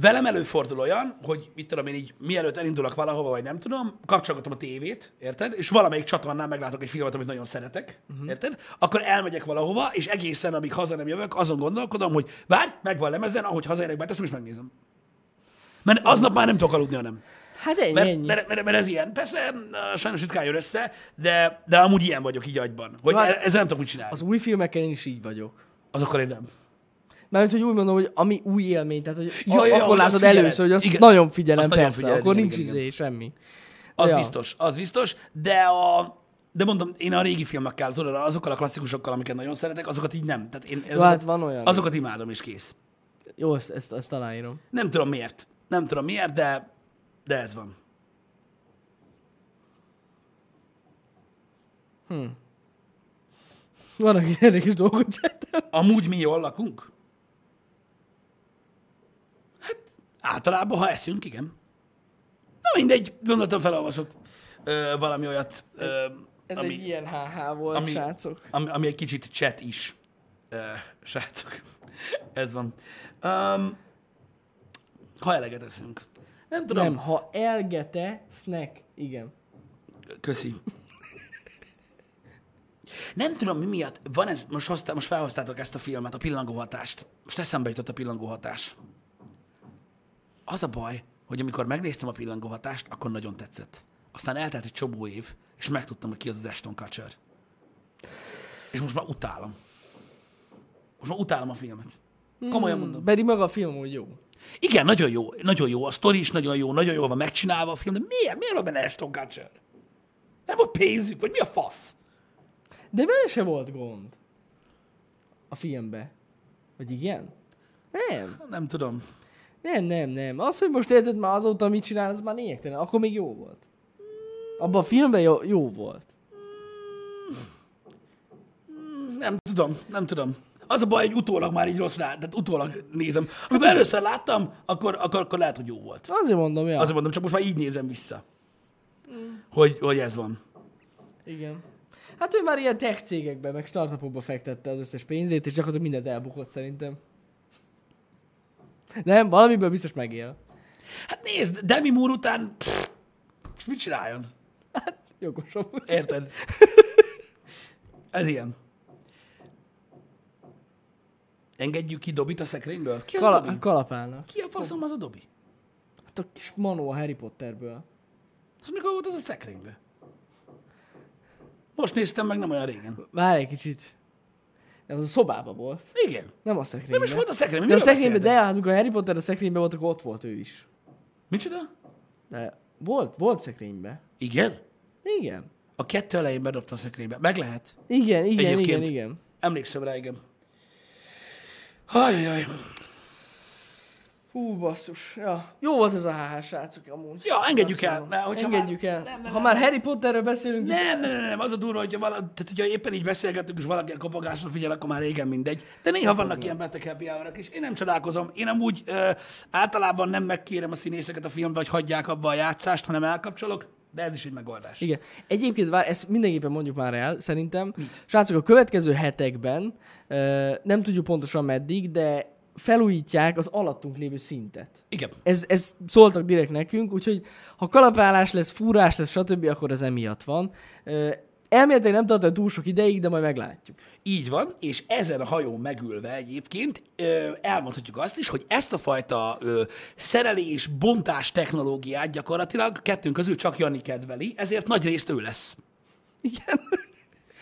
Speaker 2: Velem előfordul olyan, hogy mit tudom én így, mielőtt elindulok valahova, vagy nem tudom, kapcsolgatom a tévét, érted? És valamelyik csatornán meglátok egy filmet, amit nagyon szeretek, uh-huh. érted? Akkor elmegyek valahova, és egészen, amíg haza nem jövök, azon gondolkodom, hogy várj, megvan lemezen, ahogy hazaérek, beteszem, és megnézem. Mert aznap már nem tudok aludni, hanem.
Speaker 1: Hát ennyi,
Speaker 2: Mert,
Speaker 1: ennyi.
Speaker 2: mert, mert, mert ez ilyen. Persze, na, sajnos ritkán jön össze, de, de amúgy ilyen vagyok így agyban. Hogy
Speaker 1: Hát-
Speaker 2: hát, ezzel nem tudok mit csinálni.
Speaker 1: Az
Speaker 2: Az...
Speaker 1: új filmekkel én is így vagyok.
Speaker 2: Azokkal én nem.
Speaker 1: Mármint, hogy úgy mondom, hogy ami új élmény, tehát hogy
Speaker 2: Ja, ja,
Speaker 1: ja,
Speaker 2: ja,
Speaker 1: akkor
Speaker 2: hogy
Speaker 1: látod
Speaker 2: azt figyeled.
Speaker 1: először, hogy azt
Speaker 2: Igen.
Speaker 1: nagyon figyelem,
Speaker 2: Azt nagyon
Speaker 1: persze,
Speaker 2: figyeled,
Speaker 1: akkor
Speaker 2: igen,
Speaker 1: nincs
Speaker 2: igen,
Speaker 1: izé, semmi.
Speaker 2: Az
Speaker 1: Ja.
Speaker 2: ja. biztos, az biztos, de a... De mondom, én a régi filmekkel, tudod, azokkal a klasszikusokkal, amiket nagyon szeretek, azokat így nem. Tehát én azokat,
Speaker 1: hát van olyan.
Speaker 2: azokat imádom, és kész.
Speaker 1: Jó, ezt, ezt, ezt aláírom.
Speaker 2: Nem tudom miért. Nem tudom miért, de, de ez van.
Speaker 1: Vannak ilyen érdekes dolgok csináltam.
Speaker 2: Amúgy mi jól lakunk? Hát általában, ha eszünk, igen. Na mindegy, gondoltam felolvasok ö, valami olyat, ö,
Speaker 1: Ez
Speaker 2: ami,
Speaker 1: egy ilyen HH volt,
Speaker 2: ami-
Speaker 1: srácok.
Speaker 2: ami, ami egy kicsit chat is. Ö, srácok, ez van. Um, ha eleget eszünk. Nem tudom.
Speaker 1: Nem, ha elgete, snack, igen.
Speaker 2: Köszi. Nem tudom, mi miatt van ez, most, hoztá, most felhoztátok ezt a filmet, a pillangóhatást. Most eszembe jutott a pillangóhatás. Az a baj, hogy amikor megnéztem a pillangóhatást, akkor nagyon tetszett. Aztán eltelt egy csomó év, és megtudtam, hogy ki az az Ashton Kutcher. És most már utálom. Most már utálom a filmet. Komolyan mondom.
Speaker 1: Hmm, Pedig maga a film úgy jó.
Speaker 2: Igen, nagyon jó, nagyon jó, a sztori is nagyon jó, nagyon jól van megcsinálva a film, de miért, miért van benne Ashton Kutcher? Nem volt pénzük, vagy mi a fasz?
Speaker 1: De vele se volt gond. A filmbe. Vagy igen? Nem,
Speaker 2: Nem tudom.
Speaker 1: nem, nem, nem. Az, hogy most érted már azóta mit csinál, az már lényegtelen. Akkor még jó volt. Abban a filmben jó, jó volt.
Speaker 2: Nem tudom, nem tudom. Az a baj, hogy utólag már így rossz rá, tehát utólag nézem. Amikor először láttam, akkor, akkor, akkor lehet, hogy jó volt.
Speaker 1: Azért mondom, ja.
Speaker 2: Mm. Azért mondom, csak most már így nézem vissza, hogy, hogy ez van.
Speaker 1: Igen. Hát ő már ilyen tech cégekbe, meg startupokba fektette az összes pénzét, és gyakorlatilag mindent elbukott szerintem. Nem, valamiből biztos megél.
Speaker 2: Hát nézd, Demi Moore után... Pff, és mit csináljon?
Speaker 1: Jogos amúgy.
Speaker 2: Érted? Ez ilyen. Engedjük ki Dobit a szekrényből? Ki az Kala- a
Speaker 1: Kala-
Speaker 2: Dobi?
Speaker 1: kalapálnak.
Speaker 2: Ki a faszom az a Dobi?
Speaker 1: Hát a kis Manó a Harry Potterből.
Speaker 2: Az mikor volt az a szekrényben? Most néztem meg nem olyan régen.
Speaker 1: Várj egy kicsit. Nem, az a szobában volt.
Speaker 2: Igen.
Speaker 1: Nem a szekrényben.
Speaker 2: Nem is volt a szekrényben.
Speaker 1: De a
Speaker 2: Miről
Speaker 1: szekrényben, de
Speaker 2: beszéltek?
Speaker 1: hát amikor Harry Potter a szekrényben volt, akkor ott volt ő is.
Speaker 2: Micsoda?
Speaker 1: De volt, volt szekrényben.
Speaker 2: Igen?
Speaker 1: Igen.
Speaker 2: A kettő elején bedobta a szekrénybe. Meg lehet.
Speaker 1: Igen, igen,
Speaker 2: Egyébként.
Speaker 1: igen, igen.
Speaker 2: Emlékszem rá, igen. Ajajaj.
Speaker 1: Hú, basszus. Ja. Jó volt ez a HH srácok amúgy.
Speaker 2: Ja, engedjük
Speaker 1: Azt
Speaker 2: el,
Speaker 1: mondom.
Speaker 2: mert hogyha
Speaker 1: engedjük
Speaker 2: már-
Speaker 1: el.
Speaker 2: Nem,
Speaker 1: Nem,
Speaker 2: nem,
Speaker 1: ha már Harry Potterről beszélünk,
Speaker 2: Nem, nem, nem, nem, az a durva, hogyha, vala, tehát, hogyha éppen így beszélgetünk, és valaki a kopogásra figyel, akkor már régen mindegy. De néha vannak ilyen beteg happy hour és én nem csodálkozom. Én amúgy ö, általában nem megkérem a színészeket a filmbe, hogy hagyják abba a játszást, hanem elkapcsolok, de ez is egy megoldás.
Speaker 1: Igen. Egyébként vár, ezt mindenképpen mondjuk már el, szerintem. Mit? Srácok, a következő hetekben, ö, nem tudjuk pontosan meddig, de felújítják az alattunk lévő szintet.
Speaker 2: Igen.
Speaker 1: Ez, ez szóltak direkt nekünk, úgyhogy ha kalapálás lesz, fúrás lesz, stb., akkor ez emiatt van. Ö, Elméletileg nem tartja túl sok ideig, de majd meglátjuk.
Speaker 2: Így van, és ezen a hajón megülve egyébként ö, elmondhatjuk azt is, hogy ezt a fajta ö, szerelés, bontás technológiát gyakorlatilag kettőnk közül csak Jani kedveli, ezért nagy részt ő lesz.
Speaker 1: Igen.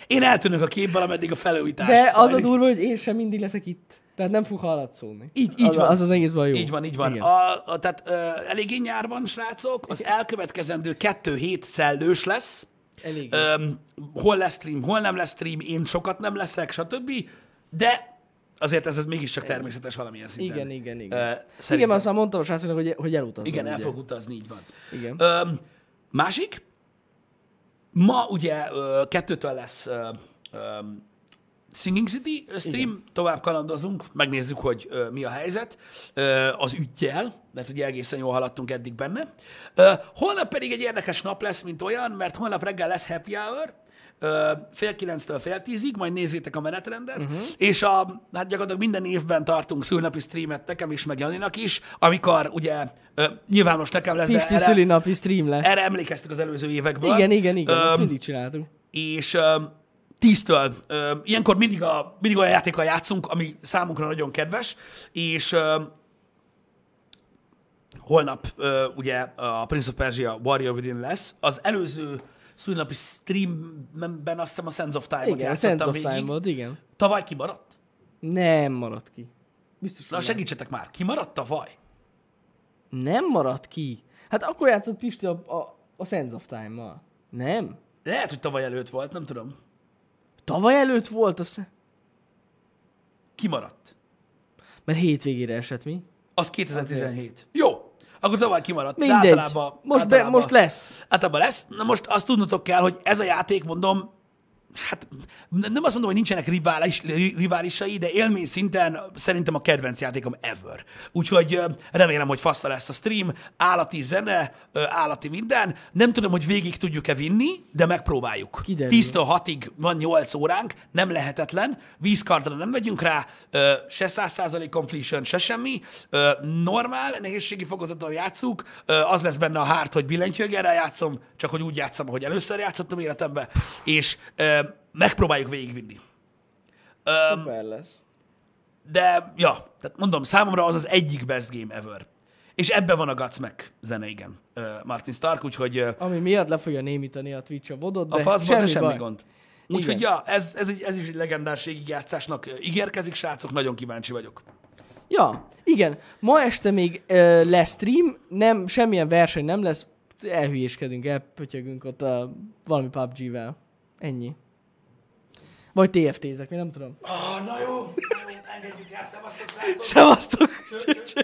Speaker 2: Én eltűnök a képből, ameddig a felújítás
Speaker 1: De az a
Speaker 2: zajlik.
Speaker 1: durva, hogy én sem mindig leszek itt. Tehát nem fog hallatszódni.
Speaker 2: Így- így
Speaker 1: az,
Speaker 2: van.
Speaker 1: Az az egészben jó.
Speaker 2: Így van, így van.
Speaker 1: Igen.
Speaker 2: A, a, tehát ö, eléggé nyárban, srácok, az elkövetkezendő kettő hét szellős lesz.
Speaker 1: Elég.
Speaker 2: Ö, hol lesz stream, hol nem lesz stream, én sokat nem leszek, stb. De azért ez, ez mégiscsak természetes valamilyen szinten.
Speaker 1: Igen, igen, igen.
Speaker 2: Ö,
Speaker 1: Igen,
Speaker 2: szerintem.
Speaker 1: mert azt már mondtam a srácoknak, hogy, hogy elutazom.
Speaker 2: Igen, el
Speaker 1: ugye.
Speaker 2: fog utazni, így van.
Speaker 1: Igen.
Speaker 2: Ö, másik, ma ugye ö, kettőtől lesz ö, ö, Singing City stream, tovább kalandozunk, megnézzük, hogy ö, mi a helyzet ö, az ügyjel, mert ugye egészen jól haladtunk eddig benne. Ö, holnap pedig egy érdekes nap lesz, mint olyan, mert holnap reggel lesz happy hour, ö, fél kilenctől fél tízig, majd nézzétek a menetrendet, uh-huh. és a, hát gyakorlatilag minden évben tartunk szülnapi streamet nekem is, meg Janinak is, amikor ugye, ö, nyilván most nekem lesz,
Speaker 1: Pisti
Speaker 2: de erre,
Speaker 1: szülinapi stream lesz.
Speaker 2: erre emlékeztek az előző évekből.
Speaker 1: Igen, igen, igen,
Speaker 2: Ö,
Speaker 1: ezt mindig csináltuk.
Speaker 2: és öm, tíztől. öm, Ilyenkor mindig, a, mindig olyan játékkal játszunk, ami számunkra nagyon kedves, és öm, holnap ö, ugye a Prince of Persia Warrior Within lesz. Az előző szülnapi streamben azt hiszem a Sense of Time-ot
Speaker 1: Igen, a Sense
Speaker 2: játszottam
Speaker 1: of Time
Speaker 2: végig.
Speaker 1: volt, igen.
Speaker 2: Tavaly kimaradt?
Speaker 1: Nem maradt ki. Biztos,
Speaker 2: Na
Speaker 1: hogy nem.
Speaker 2: segítsetek már, kimaradt tavaly?
Speaker 1: nem maradt ki. Hát akkor játszott Pisti a, a, a Sense of Time-mal. Nem?
Speaker 2: Lehet, hogy tavaly előtt volt, nem tudom.
Speaker 1: Tavaly előtt volt a... Sen-
Speaker 2: Kimaradt.
Speaker 1: Mert hétvégére esett mi?
Speaker 2: Az 2017. Jó, akkor tavaly kimaradt. de
Speaker 1: Mindegy.
Speaker 2: általában-
Speaker 1: Most, be,
Speaker 2: általában-
Speaker 1: most lesz.
Speaker 2: Hát abban lesz. Na most azt tudnotok kell, hogy ez a játék, mondom, hát n- nem azt mondom, hogy nincsenek rivális, ri- riválisai, de élmény szinten szerintem a kedvenc játékom ever. Úgyhogy ö, remélem, hogy faszta lesz a stream, állati zene, ö, állati minden. Nem tudom, hogy végig tudjuk-e vinni, de megpróbáljuk.
Speaker 1: Kiderül.
Speaker 2: 10-től 6-ig van 8 óránk, nem lehetetlen. Vízkardra nem vegyünk rá, ö, se 100% completion, se semmi. Ö, Normál nehézségi fokozaton játszunk, ö, az lesz benne a hárt, hogy billentyűgerrel játszom, csak hogy úgy játszom, ahogy először játszottam életemben, és ö, megpróbáljuk végigvinni. Ö,
Speaker 1: Szuper lesz.
Speaker 2: De, ja, tehát mondom, számomra az az egyik best game ever. És ebben van a Gutsmack zene, igen, ö, Martin Stark, úgyhogy ö,
Speaker 1: Ami miatt le fogja némítani a Twitch a vodot, de
Speaker 2: a faszban, de semmi
Speaker 1: baj.
Speaker 2: gond.
Speaker 1: Igen.
Speaker 2: Úgyhogy ja, ez, ez, egy, ez is egy legendás végigjátszásnak ö, ígérkezik, srácok, nagyon kíváncsi vagyok.
Speaker 1: Ja, igen. Ma este még ö, lesz stream, nem, semmilyen verseny nem lesz, elhülyéskedünk, elpötyögünk ott a, valami PUBG-vel. Ennyi. Vagy TFT-zek, mi nem tudom.
Speaker 2: Ah, na jó, engedjük el, szevasztok, srácok!
Speaker 1: Szevasztok!
Speaker 2: Cső, cső.